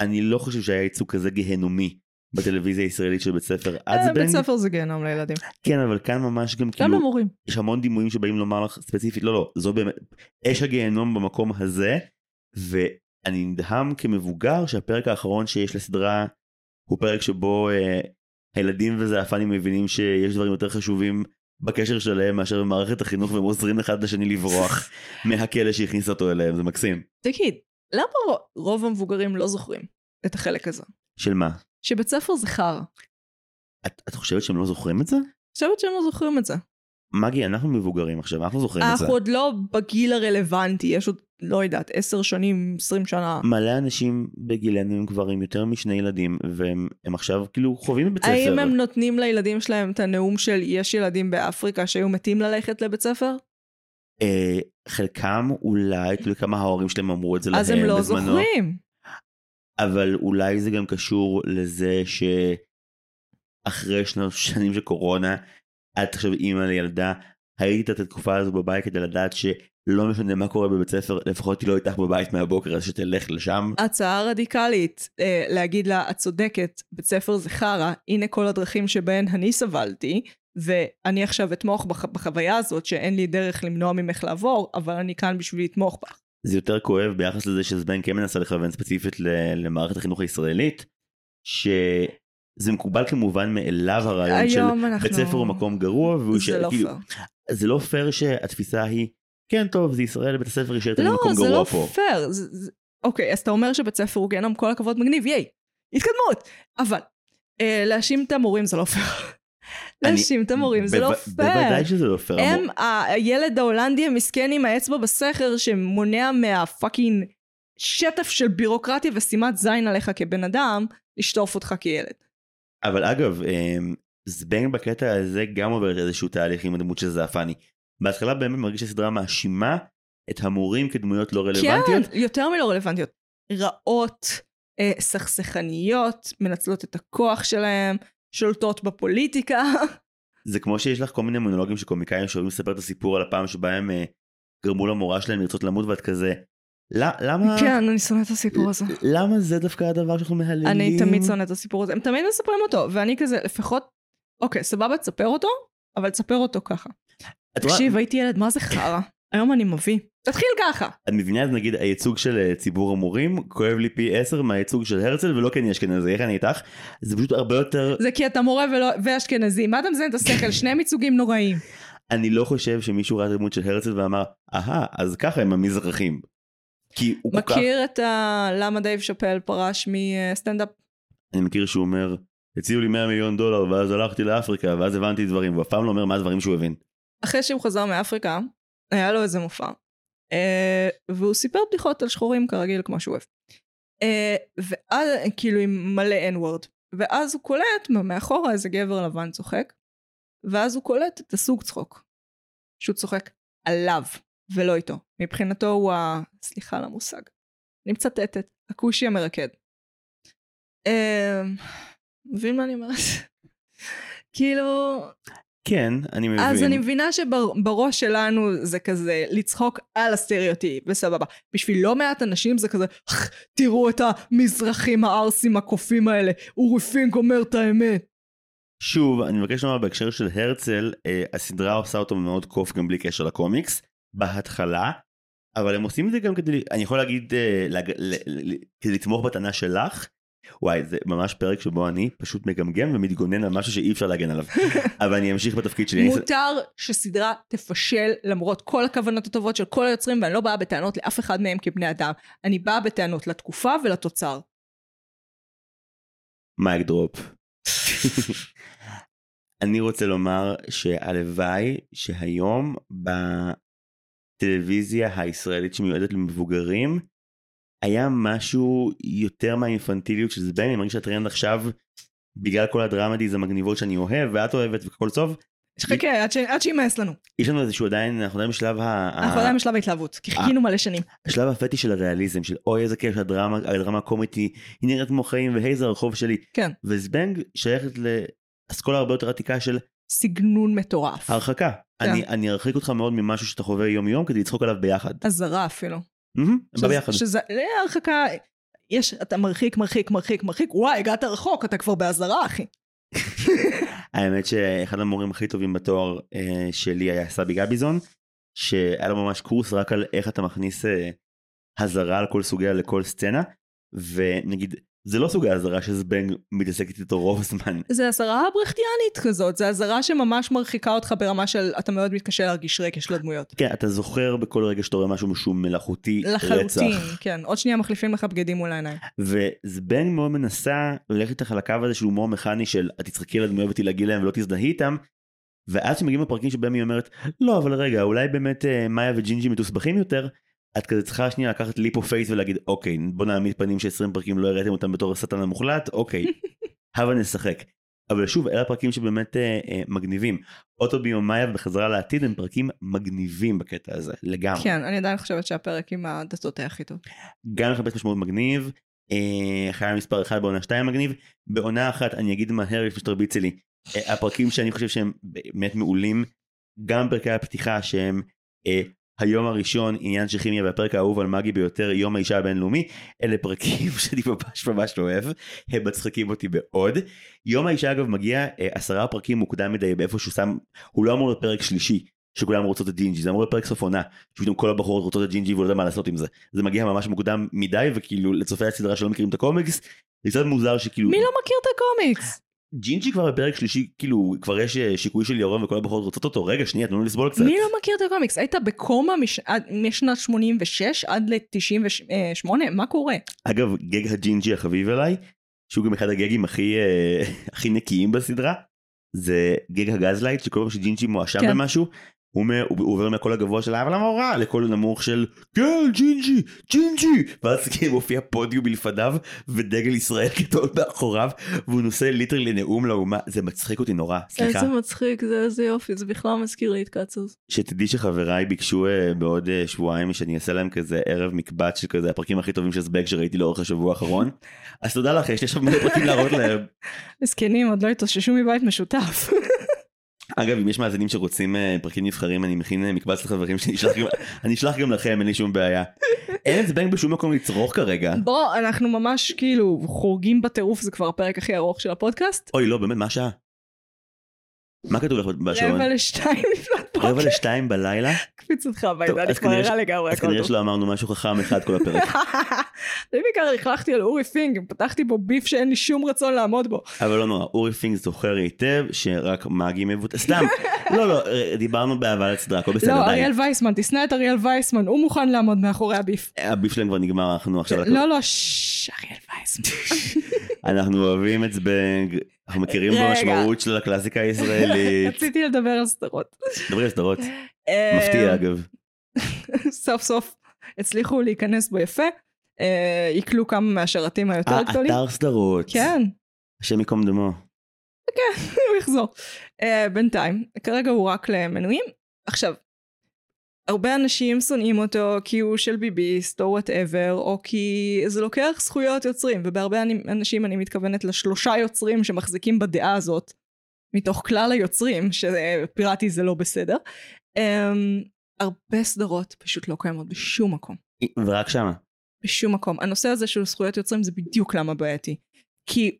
אני לא חושב שהיה ייצוג כזה גהנומי בטלוויזיה הישראלית של בית ספר עד אה, בית זבנג. ספר לא זה גיהנום לילדים. כן, אבל כאן ממש גם גם כאילו, למורים. יש המון דימויים שבאים לומר לך ספציפית, לא, לא, זו באמת, אש הגיהנום במקום הזה, ואני נדהם כמבוגר שהפרק האחרון שיש לסדרה הוא פרק שבו אה, הילדים וזעפנים מבינים שיש דברים יותר חשובים. בקשר שלהם מאשר במערכת החינוך והם עוזרים אחד לשני לברוח מהכלא שהכניס אותו אליהם זה מקסים. תגיד, למה רוב המבוגרים לא זוכרים את החלק הזה? של מה? שבית ספר זה חרא. את, את חושבת שהם לא זוכרים את זה? חושבת שהם לא זוכרים את זה. מגי, אנחנו מבוגרים עכשיו, אנחנו זוכרים את זה. אנחנו עוד לא בגיל הרלוונטי, יש עוד, לא יודעת, עשר שנים, עשרים שנה. מלא אנשים בגילנו הם כבר עם יותר משני ילדים, והם הם עכשיו כאילו חווים בבית ספר. האם הם נותנים לילדים שלהם את הנאום של יש ילדים באפריקה שהיו מתים ללכת לבית ספר? אה, חלקם אולי, תלוי כמה ההורים שלהם אמרו את זה להם אז הם לא בזמנו. זוכרים. אבל אולי זה גם קשור לזה שאחרי שנות שנים של קורונה, את עכשיו אימא לילדה, הייתי את התקופה הזו בבית כדי לדעת שלא משנה מה קורה בבית ספר, לפחות היא לא איתך בבית מהבוקר, אז שתלך לשם. הצעה רדיקלית, אה, להגיד לה, את צודקת, בית ספר זה חרא, הנה כל הדרכים שבהן אני סבלתי, ואני עכשיו אתמוך בח- בחוויה הזאת שאין לי דרך למנוע ממך לעבור, אבל אני כאן בשביל לתמוך בך. זה יותר כואב ביחס לזה שזבן כן מנסה לכוון ספציפית ל- למערכת החינוך הישראלית, שזה מקובל כמובן מאליו הרעיון של היום אנחנו... בית ספר הוא מקום גרוע, והוא זה יישאר- לא כאילו, פייר. זה לא פייר שהתפיסה היא, כן טוב זה ישראל, בית הספר יישאר תמיד לא, מקום זה גרוע לא פה. פייר. זה- זה- אוקיי, אז אתה אומר שבית ספר הוא גיהנום, כל הכבוד מגניב, ייי, התקדמות. אבל אה, להאשים את המורים זה לא פייר. אני- להאשים את המורים זה בו- לא פייר. בוודאי שזה לא פייר. הם המור- ה- הילד ההולנדי המסכן עם האצבע בסכר שמונע מהפאקינג שטף של בירוקרטיה ושימת זין עליך כבן אדם, לשטוף אותך כילד. אבל אגב, אמ, זבנג בקטע הזה גם עובר איזשהו תהליך עם הדמות של זעפני. בהתחלה באמת מרגיש שהסדרה מאשימה את המורים כדמויות לא כן, רלוונטיות. יותר מלא רלוונטיות. רעות, אה, סכסכניות, מנצלות את הכוח שלהם, שולטות בפוליטיקה. זה כמו שיש לך כל מיני מונולוגים של קומיקאים שאוהבים לספר את הסיפור על הפעם שבה הם אה, גרמו למורה שלהם לרצות למות ואת כזה, "ל- למה כן, אני שונאת את הסיפור הזה. למה זה דווקא הדבר שאנחנו מהללים? אני תמיד אה. שונאת את הסיפור הזה. הם תמיד מספרים אותו, ואני כזה, לפחות, אוקיי, סבבה, תספר אותו, אבל תספר אותו ככה. את רואה- תקשיב, הייתי ילד, מה זה חרא? היום אני מביא. תתחיל ככה. את מבינה אז נגיד הייצוג של אה, ציבור המורים כואב לי פי 10 מהייצוג של הרצל ולא כי אני אשכנזי איך אני איתך זה פשוט הרבה יותר זה כי אתה מורה ולא, ואשכנזי. מה אתה מזיין את השכל? שניהם ייצוגים נוראים. אני לא חושב שמישהו ראה את הדמות של הרצל ואמר אהה אז ככה הם המזרחים. כי הוא כל כך מכיר את ה... למה דייב שאפל פרש אה, מסטנדאפ? אני מכיר שהוא אומר הציעו לי 100 מיליון דולר ואז הלכתי לאפריקה ואז הבנתי דברים והוא אף פעם לא אומר מה הדברים שהוא הבין. אחרי שהוא חזר מאפריקה, היה לו איזה מופע. אה, והוא סיפר בדיחות על שחורים כרגיל, כמו שהוא אוהב. אה, ואז, כאילו עם מלא N-word. ואז הוא קולט, מה- מאחורה איזה גבר לבן צוחק. ואז הוא קולט את הסוג צחוק. שהוא צוחק עליו, ולא איתו. מבחינתו הוא ה... סליחה על המושג. אני מצטטת, הכושי המרקד. אה, מבין מה אני אומרת? כאילו, כן אני מבין. אז אני מבינה שבראש שלנו זה כזה לצחוק על הסטריאוטיפ, בסבבה. בשביל לא מעט אנשים זה כזה, "אך, תראו את המזרחים הערסים הקופים האלה, אורי פינק אומר את האמת. שוב, אני מבקש לומר בהקשר של הרצל, אה, הסדרה עושה אותו מאוד קוף גם בלי קשר לקומיקס, בהתחלה, אבל הם עושים את זה גם כדי, אני יכול להגיד, אה, להג, ל, ל, ל, כדי לתמוך בטענה שלך, וואי, זה ממש פרק שבו אני פשוט מגמגם ומתגונן על משהו שאי אפשר להגן עליו, אבל אני אמשיך בתפקיד שלי. אני אס- מותר שסדרה תפשל למרות כל הכוונות הטובות של כל היוצרים, ואני לא באה בטענות לאף אחד מהם כבני אדם. אני באה בטענות לתקופה ולתוצר. מייק דרופ. אני רוצה לומר שהלוואי שהיום בטלוויזיה הישראלית שמיועדת למבוגרים היה משהו יותר מהאינפנטיליות של זבנג, אני מרגיש שהטרנד עכשיו בגלל כל הדרמדיז המגניבות שאני אוהב ואת אוהבת והכל טוב, חכה, עד ש- עד שימאס לנו. יש לנו איזשהו עדיין, אנחנו עדיין בשלב ה... אנחנו עדיין בשלב ההתלהבות, כי חיכינו אה. מלא שנים. השלב הפטי של הריאליזם, של אוי איזה כיף שהדרמה, הדרמה הקומית היא היא נראית כמו חיים והי זה הרחוב שלי, כן, וזבנג שייכת לאסכולה הרבה יותר עתיקה של סגנון מטורף. הרחקה. כן. אני, אני ארחיק אותך מאוד ממשהו שאתה חווה יום יום כדי לצחוק עליו ביחד. אזהרה אפילו. מהמם, שזה- ביחד. שזה לא, הרחקה, יש, אתה מרחיק, מרחיק, מרחיק, מרחיק, וואי, הגעת רחוק, אתה כבר באזהרה, אחי. האמת שאחד המורים הכי טובים בתואר אה, שלי היה סבי גביזון, שהיה לו ממש קורס רק על איך אתה מכניס אה, אזהרה על כל סוגיה לכל סצנה, ונגיד זה לא סוג האזהרה שזבנג מתעסקת איתו רוב הזמן. זה אזהרה ברכטיאנית כזאת, זה אזהרה שממש מרחיקה אותך ברמה של אתה מאוד מתקשה להרגיש רגש לדמויות. כן, אתה זוכר בכל רגע שאתה רואה משהו משום מלאכותי, לחלוטין, רצח. כן. עוד שנייה מחליפים לך בגדים מול העיניים. וזבנג מאוד מנסה ללכת איתך על הקו הזה של הומור מכני של את תצחקי על הדמויות ותלעגי להם ולא תזדהי איתם. ואז כשמגיעים לפרקים שבהם היא אומרת לא אבל רגע אולי באמת אה, מאיה וג'ינג'י מתוסבכים יותר. את כזה צריכה שנייה לקחת ליפו פייס ולהגיד אוקיי בוא נעמיד פנים ש-20 פרקים לא הראיתם אותם בתור השטן המוחלט אוקיי. הבה נשחק. אבל שוב אלה הפרקים שבאמת אה, אה, מגניבים. אוטוביומאיה ובחזרה לעתיד הם פרקים מגניבים בקטע הזה לגמרי. כן, אני עדיין חושבת שהפרק עם הדתות היה הכי טוב. גם לחפש משמעות מגניב, אה, חייל מספר 1 בעונה 2 מגניב, בעונה אחת אני אגיד מהר לפני שתרביצי לי, אה, הפרקים שאני חושב שהם באמת מעולים, גם פרקי הפתיחה שהם אה, היום הראשון עניין של כימיה והפרק האהוב על מגי ביותר יום האישה הבינלאומי, אלה פרקים שאני ממש ממש אוהב, הם מצחיקים אותי מאוד. יום האישה אגב מגיע אה, עשרה פרקים מוקדם מדי באיפה שהוא שם, הוא לא אמור להיות פרק שלישי. שכולם רוצות את ג'ינג'י, זה אמור להיות פרק סוף עונה, שפתאום כל הבחורות רוצות את ג'ינג'י ולא יודע מה לעשות עם זה. זה מגיע ממש מוקדם מדי, וכאילו לצופי הסדרה שלא מכירים את הקומיקס, זה קצת מוזר שכאילו... מי לא מכיר את הקומיקס? ג'ינג'י כבר בפרק שלישי, כאילו, כבר יש אה, שיקוי של יורם וכל הבחורות רוצות אותו, רגע, שנייה, תנו לי לסבול קצת. מי לא מכיר את הקומיקס? היית בקומה מש- עד- משנת 86 עד ל-98? מה קורה? אגב, גג הג'ינג'י החביב עליי, שהוא גם אחד הגגים הכי, אה, הכי נקיים בסדרה, זה גג הגזלייט, שכל פעם שג'ינג'י מואשם כן. במשהו, הוא, אומר- הוא, הוא עובר מהקול הגבוה של אבל המורה לקול נמוך של כן ג'ינג'י ג'ינג'י ואז כאילו מופיע פודיום מלפניו ודגל ישראל גדול מאחוריו והוא נושא ליטרלי נאום לאומה זה מצחיק אותי נורא סליחה איזה מצחיק, זה איזה יופי, זה בכלל מזכיר לי את קצוס. שתדעי שחבריי ביקשו אה, בעוד אה, שבועיים שאני אעשה להם כזה ערב מקבץ של כזה הפרקים הכי טובים של זבק שראיתי לאורך השבוע האחרון. אז תודה לך, יש לי עכשיו מלא פרקים להראות להם. זקנים עוד לא התאוששו מבית משותף. אגב, אם יש מאזינים שרוצים אה, פרקים נבחרים, אני מכין אה, מקבץ לחברים שאני אשלח גם- אני אשלח גם לכם, אין לי שום בעיה. אין את זבק בשום מקום לצרוך כרגע. בוא, אנחנו ממש כאילו חורגים בטירוף, זה כבר הפרק הכי ארוך של הפודקאסט. אוי, לא, באמת, מה השעה? מה כתוב לך בשעון? רבע לשתיים לפנות רבע בוקר. לשתיים בלילה? קפיץ אותך טוב, הביתה, אז אני כבר כנראה ערה ש- לגמרי אז הכל כנראה טוב. שלא אמרנו משהו חכם אחד כל הפרק. אני בעיקר לכלכתי על אורי פינג, פתחתי בו ביף שאין לי שום רצון לעמוד בו. אבל לא נורא, אורי פינק זוכר היטב שרק מאגי מבוטל, סתם, לא לא, אה, דיברנו באהבה לסדרה, הכל בסדר, לא, די. אריאל וייסמן, תשנא את אריאל וייסמן, הוא מוכן לעמוד מאחורי הביף. הביף שלהם כבר נגמר, אנחנו עכשיו, על הכל. לא, לא, ששש, אריאל וייסמן. אנחנו אוהבים את זבנג, אנחנו מכירים רגע. במשמעות של הקלאסיקה הישראלית, רציתי אה, לדבר על סדרות. דברי על סדרות, מפתיע אגב, סוף סוף הצליחו להיכנס בו יפה, אה, עיכלו כמה מהשרתים אה, היותר גדולים. האתר סדרות, כן, השם ייקום דמו, הוא יחזור. אה, בינתיים, כרגע הוא רק למנויים. עכשיו, הרבה אנשים שונאים אותו כי הוא של ביביסט או וואטאבר, או כי זה לוקח זכויות יוצרים, ובהרבה אני- אנשים אני מתכוונת לשלושה יוצרים שמחזיקים בדעה הזאת, מתוך כלל היוצרים, שפיראטי זה לא בסדר. אמ, הרבה סדרות פשוט לא קיימות בשום מקום. ורק שמה, בשום מקום. הנושא הזה של זכויות יוצרים זה בדיוק למה בעייתי. כי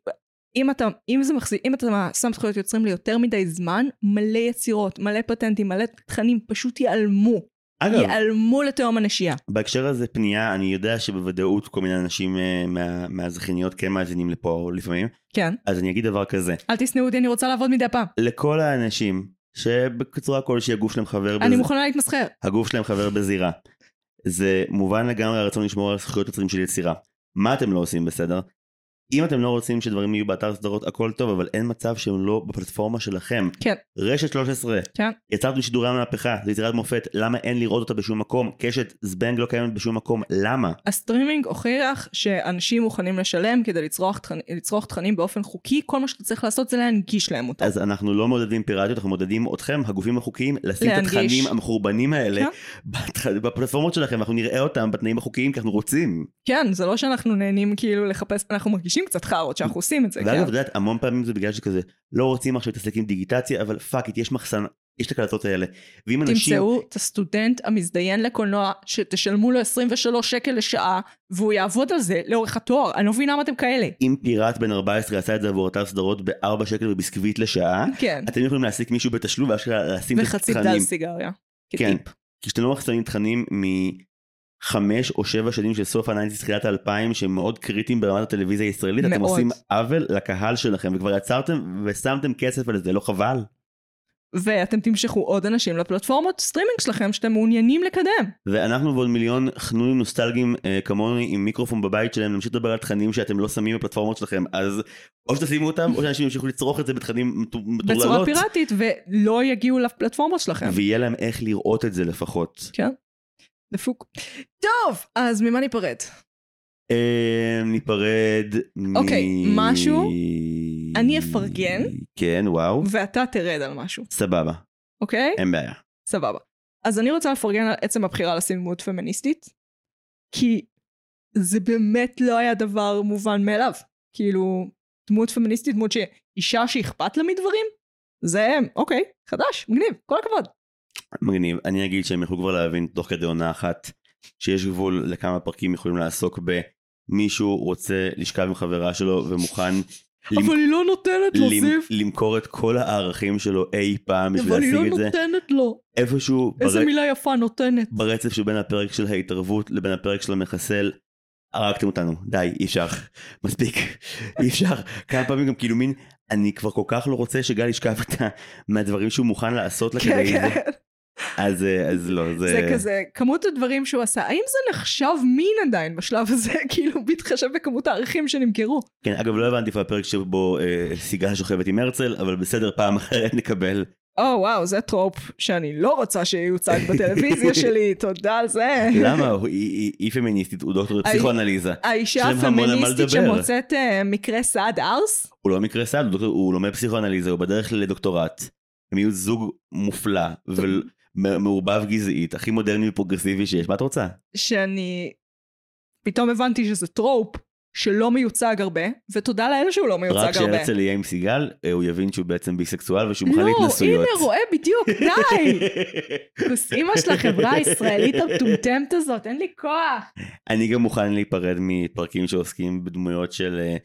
אם אתה, אם זה מחזיק, אם אתה שם זכויות יוצרים ליותר מדי זמן, מלא יצירות, מלא פטנטים, מלא תכנים פשוט ייעלמו. אגב, ייעלמו לתהום הנשייה. בהקשר הזה פנייה, אני יודע שבוודאות כל מיני אנשים אה, מה- מהזכייניות כן מאזינים לפה לפעמים, כן. אז אני אגיד דבר כזה, אל תשנאו אותי, אני רוצה לעבוד מדי פעם. לכל האנשים שבצורה כלשהי הגוף שלהם חבר אני בזה- מוכנה להתמסחר. הגוף שלהם חבר בזירה. זה מובן לגמרי הרצון לשמור על זכויות יוצרים של יצירה. מה אתם לא עושים בסדר? אם אתם לא רוצים שדברים יהיו באתר סדרות הכל טוב אבל אין מצב שהם לא בפלטפורמה שלכם. כן. רשת 13. כן. יצרתם שידורי המהפכה, זו יצירת מופת, למה אין לראות אותה בשום מקום? קשת זבנג לא קיימת בשום מקום, למה? הסטרימינג הוכיח שאנשים מוכנים לשלם כדי לצרוך, תכנ... לצרוך תכנים באופן חוקי, כל מה שאתה צריך לעשות זה להנגיש להם אותם. אז אנחנו לא מעודדים פיראטיות, אנחנו מעודדים אתכם, הגופים החוקיים, לשים את להנגיש. כן. התכנים המחורבנים האלה בתכ- בפלטפורמות שלכם, אנחנו נראה אותם בתנאים החוקיים כי אנחנו רוצים. כן, זה לא שאנחנו נהנים כאילו לחפש, אנחנו מרגישים קצת חארות שאנחנו עושים את זה. ואגב, כן. את יודעת, המון פעמים זה בגלל שכזה, לא רוצים עכשיו להתעסק עם דיגיטציה, אבל פאק איט, יש מחסן, יש את הקלטות האלה. ואם אנשים, תמצאו את הסטודנט המזדיין לקולנוע שתשלמו לו 23 שקל לשעה והוא יעבוד על זה לאורך התואר. אני לא מבינה מה אתם כאלה. אם פיראט בן 14 עשה את זה עבור אתר סדרות ב-4 שקל וביסקוויט לשעה, כן. אה? אתם יכולים להעסיק מישהו בתשלום ואשכרה לשים את וחצי כן. התכנים. בדל סיגריה. כן. כי כשאתם לא מחסנים תכנים חמש או שבע שנים של סוף הניינטיז תחילת האלפיים שהם מאוד קריטיים ברמת הטלוויזיה הישראלית אתם מאוד. עושים עוול לקהל שלכם וכבר יצרתם ושמתם כסף על זה לא חבל? ואתם תמשכו עוד אנשים לפלטפורמות סטרימינג שלכם שאתם מעוניינים לקדם. ואנחנו ועוד מיליון חנונים נוסטלגיים אה, כמוני עם מיקרופון בבית שלהם נמשיך לדבר על תכנים שאתם לא שמים בפלטפורמות שלכם אז או שתשימו אותם או שאנשים ימשיכו לצרוך את זה בתכנים מטו- מטורללות. בצורה פיראטית, ולא יגיעו לפלטפורמות שלכם. ויהיה להם איך לראות את זה לפחות. כן. דפוק. טוב, אז ממה ניפרד? אה, ניפרד מ... אוקיי, משהו? אני אפרגן. כן, וואו. ואתה תרד על משהו, סבבה, אוקיי? אין בעיה. סבבה. אז אני רוצה לפרגן על עצם הבחירה לשים דמות פמיניסטית, כי זה באמת לא היה דבר מובן מאליו. כאילו, דמות פמיניסטית, דמות שהיא אישה שאכפת לה מדברים, זה, אוקיי, חדש, מגניב, כל הכבוד. מגניב. אני אגיד שהם יכלו כבר להבין תוך כדי עונה אחת שיש גבול לכמה פרקים יכולים לעסוק במישהו רוצה לשכב עם חברה שלו ומוכן למ- אבל היא לא נותנת לו, למ- זיו. למכור את כל הערכים שלו אי פעם בשביל אבל היא להשיג לא את זה. נותנת לו. איפשהו איזה בר- מילה יפה, נותנת. ברצף שבין הפרק של ההתערבות לבין הפרק של המחסל, הרגתם אותנו, די, אי אפשר, מספיק, אי אפשר. כמה פעמים גם כאילו מין, אני כבר כל כך לא רוצה שגל ישכב את ה- מהדברים שהוא מוכן לעשות לה כדי זה. אז, אה, אז לא, זה... כן, זה כזה, כמות הדברים שהוא עשה, האם זה נחשב מין עדיין בשלב הזה, כאילו, בהתחשב בכמות הערכים שנמכרו? כן, אגב, לא הבנתי איפה הפרק שבו אה, סיגל שוכבת עם הרצל, אבל בסדר, פעם אחרת נקבל. או וואו, "Oh, זה טרופ שאני לא רוצה שיוצג בטלוויזיה שלי, תודה על זה. למה? הוא- היא- היא היא פמיניסטית, הוא דוקטור היי. לפסיכואנליזה. האישה יש להם המון על מה הפמיניסטית לדבר. שמוצאת אה, מקרה סעד ארס? הוא לא מקרה סעד, הוא דוקטור- הוא לומד פסיכואנליזה, הוא בדרך לדוקטורט. הם יהיו זוג מופלא ומעורבב גזעית, הכי מודרני ופרוגרסיבי שיש, מה את רוצה? שאני פתאום הבנתי שזה טרופ שלא מיוצג הרבה, ותודה לאל שהוא לא מיוצג רק הרבה. כשהרצל יהיה עם סיגל, אה, הוא יבין שהוא בעצם ביסקסואל ושהוא מוכן לא, להתנסויות. הנה רואה בדיוק, די! כוס אימא של החברה הישראלית המטומטמת הזאת, אין לי כוח. אני גם מוכן להיפרד מפרקים שעוסקים בדמויות של אה,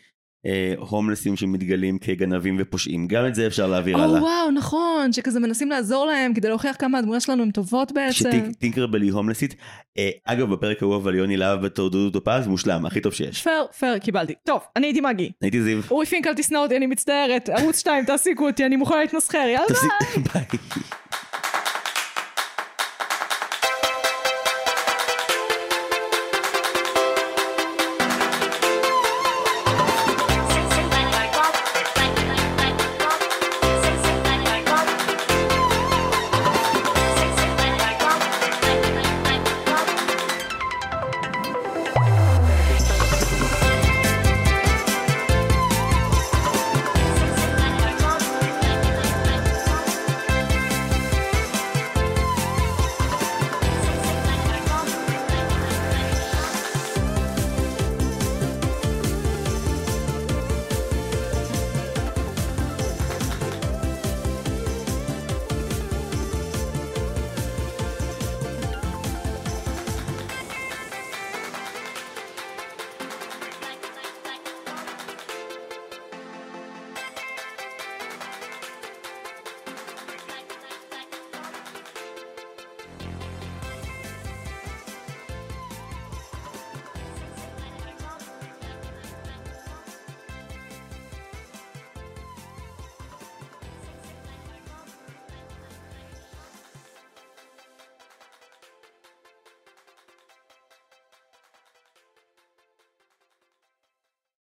אה, הומלסים שמתגלים כגנבים ופושעים, גם את זה אפשר להעביר או הלאה. וואו, נכון, שכזה מנסים לעזור להם כדי להוכיח כמה הדמויות שלנו הן טובות בעצם. שטינקרבל היא הומלסית. אה, אגב, בפרק ההוא אבל יוני להב בתור דודו טופז, מושלם, הכי טוב שיש. פייר, פייר, קיבלתי. טוב, אני הייתי מגי. הייתי זיו. אורי פינק אל תשנא אותי, אני מצטערת. ערוץ 2, תעסיקו אותי, אני מוכנה להתמסחר, יאללה. תפסיק, ביי.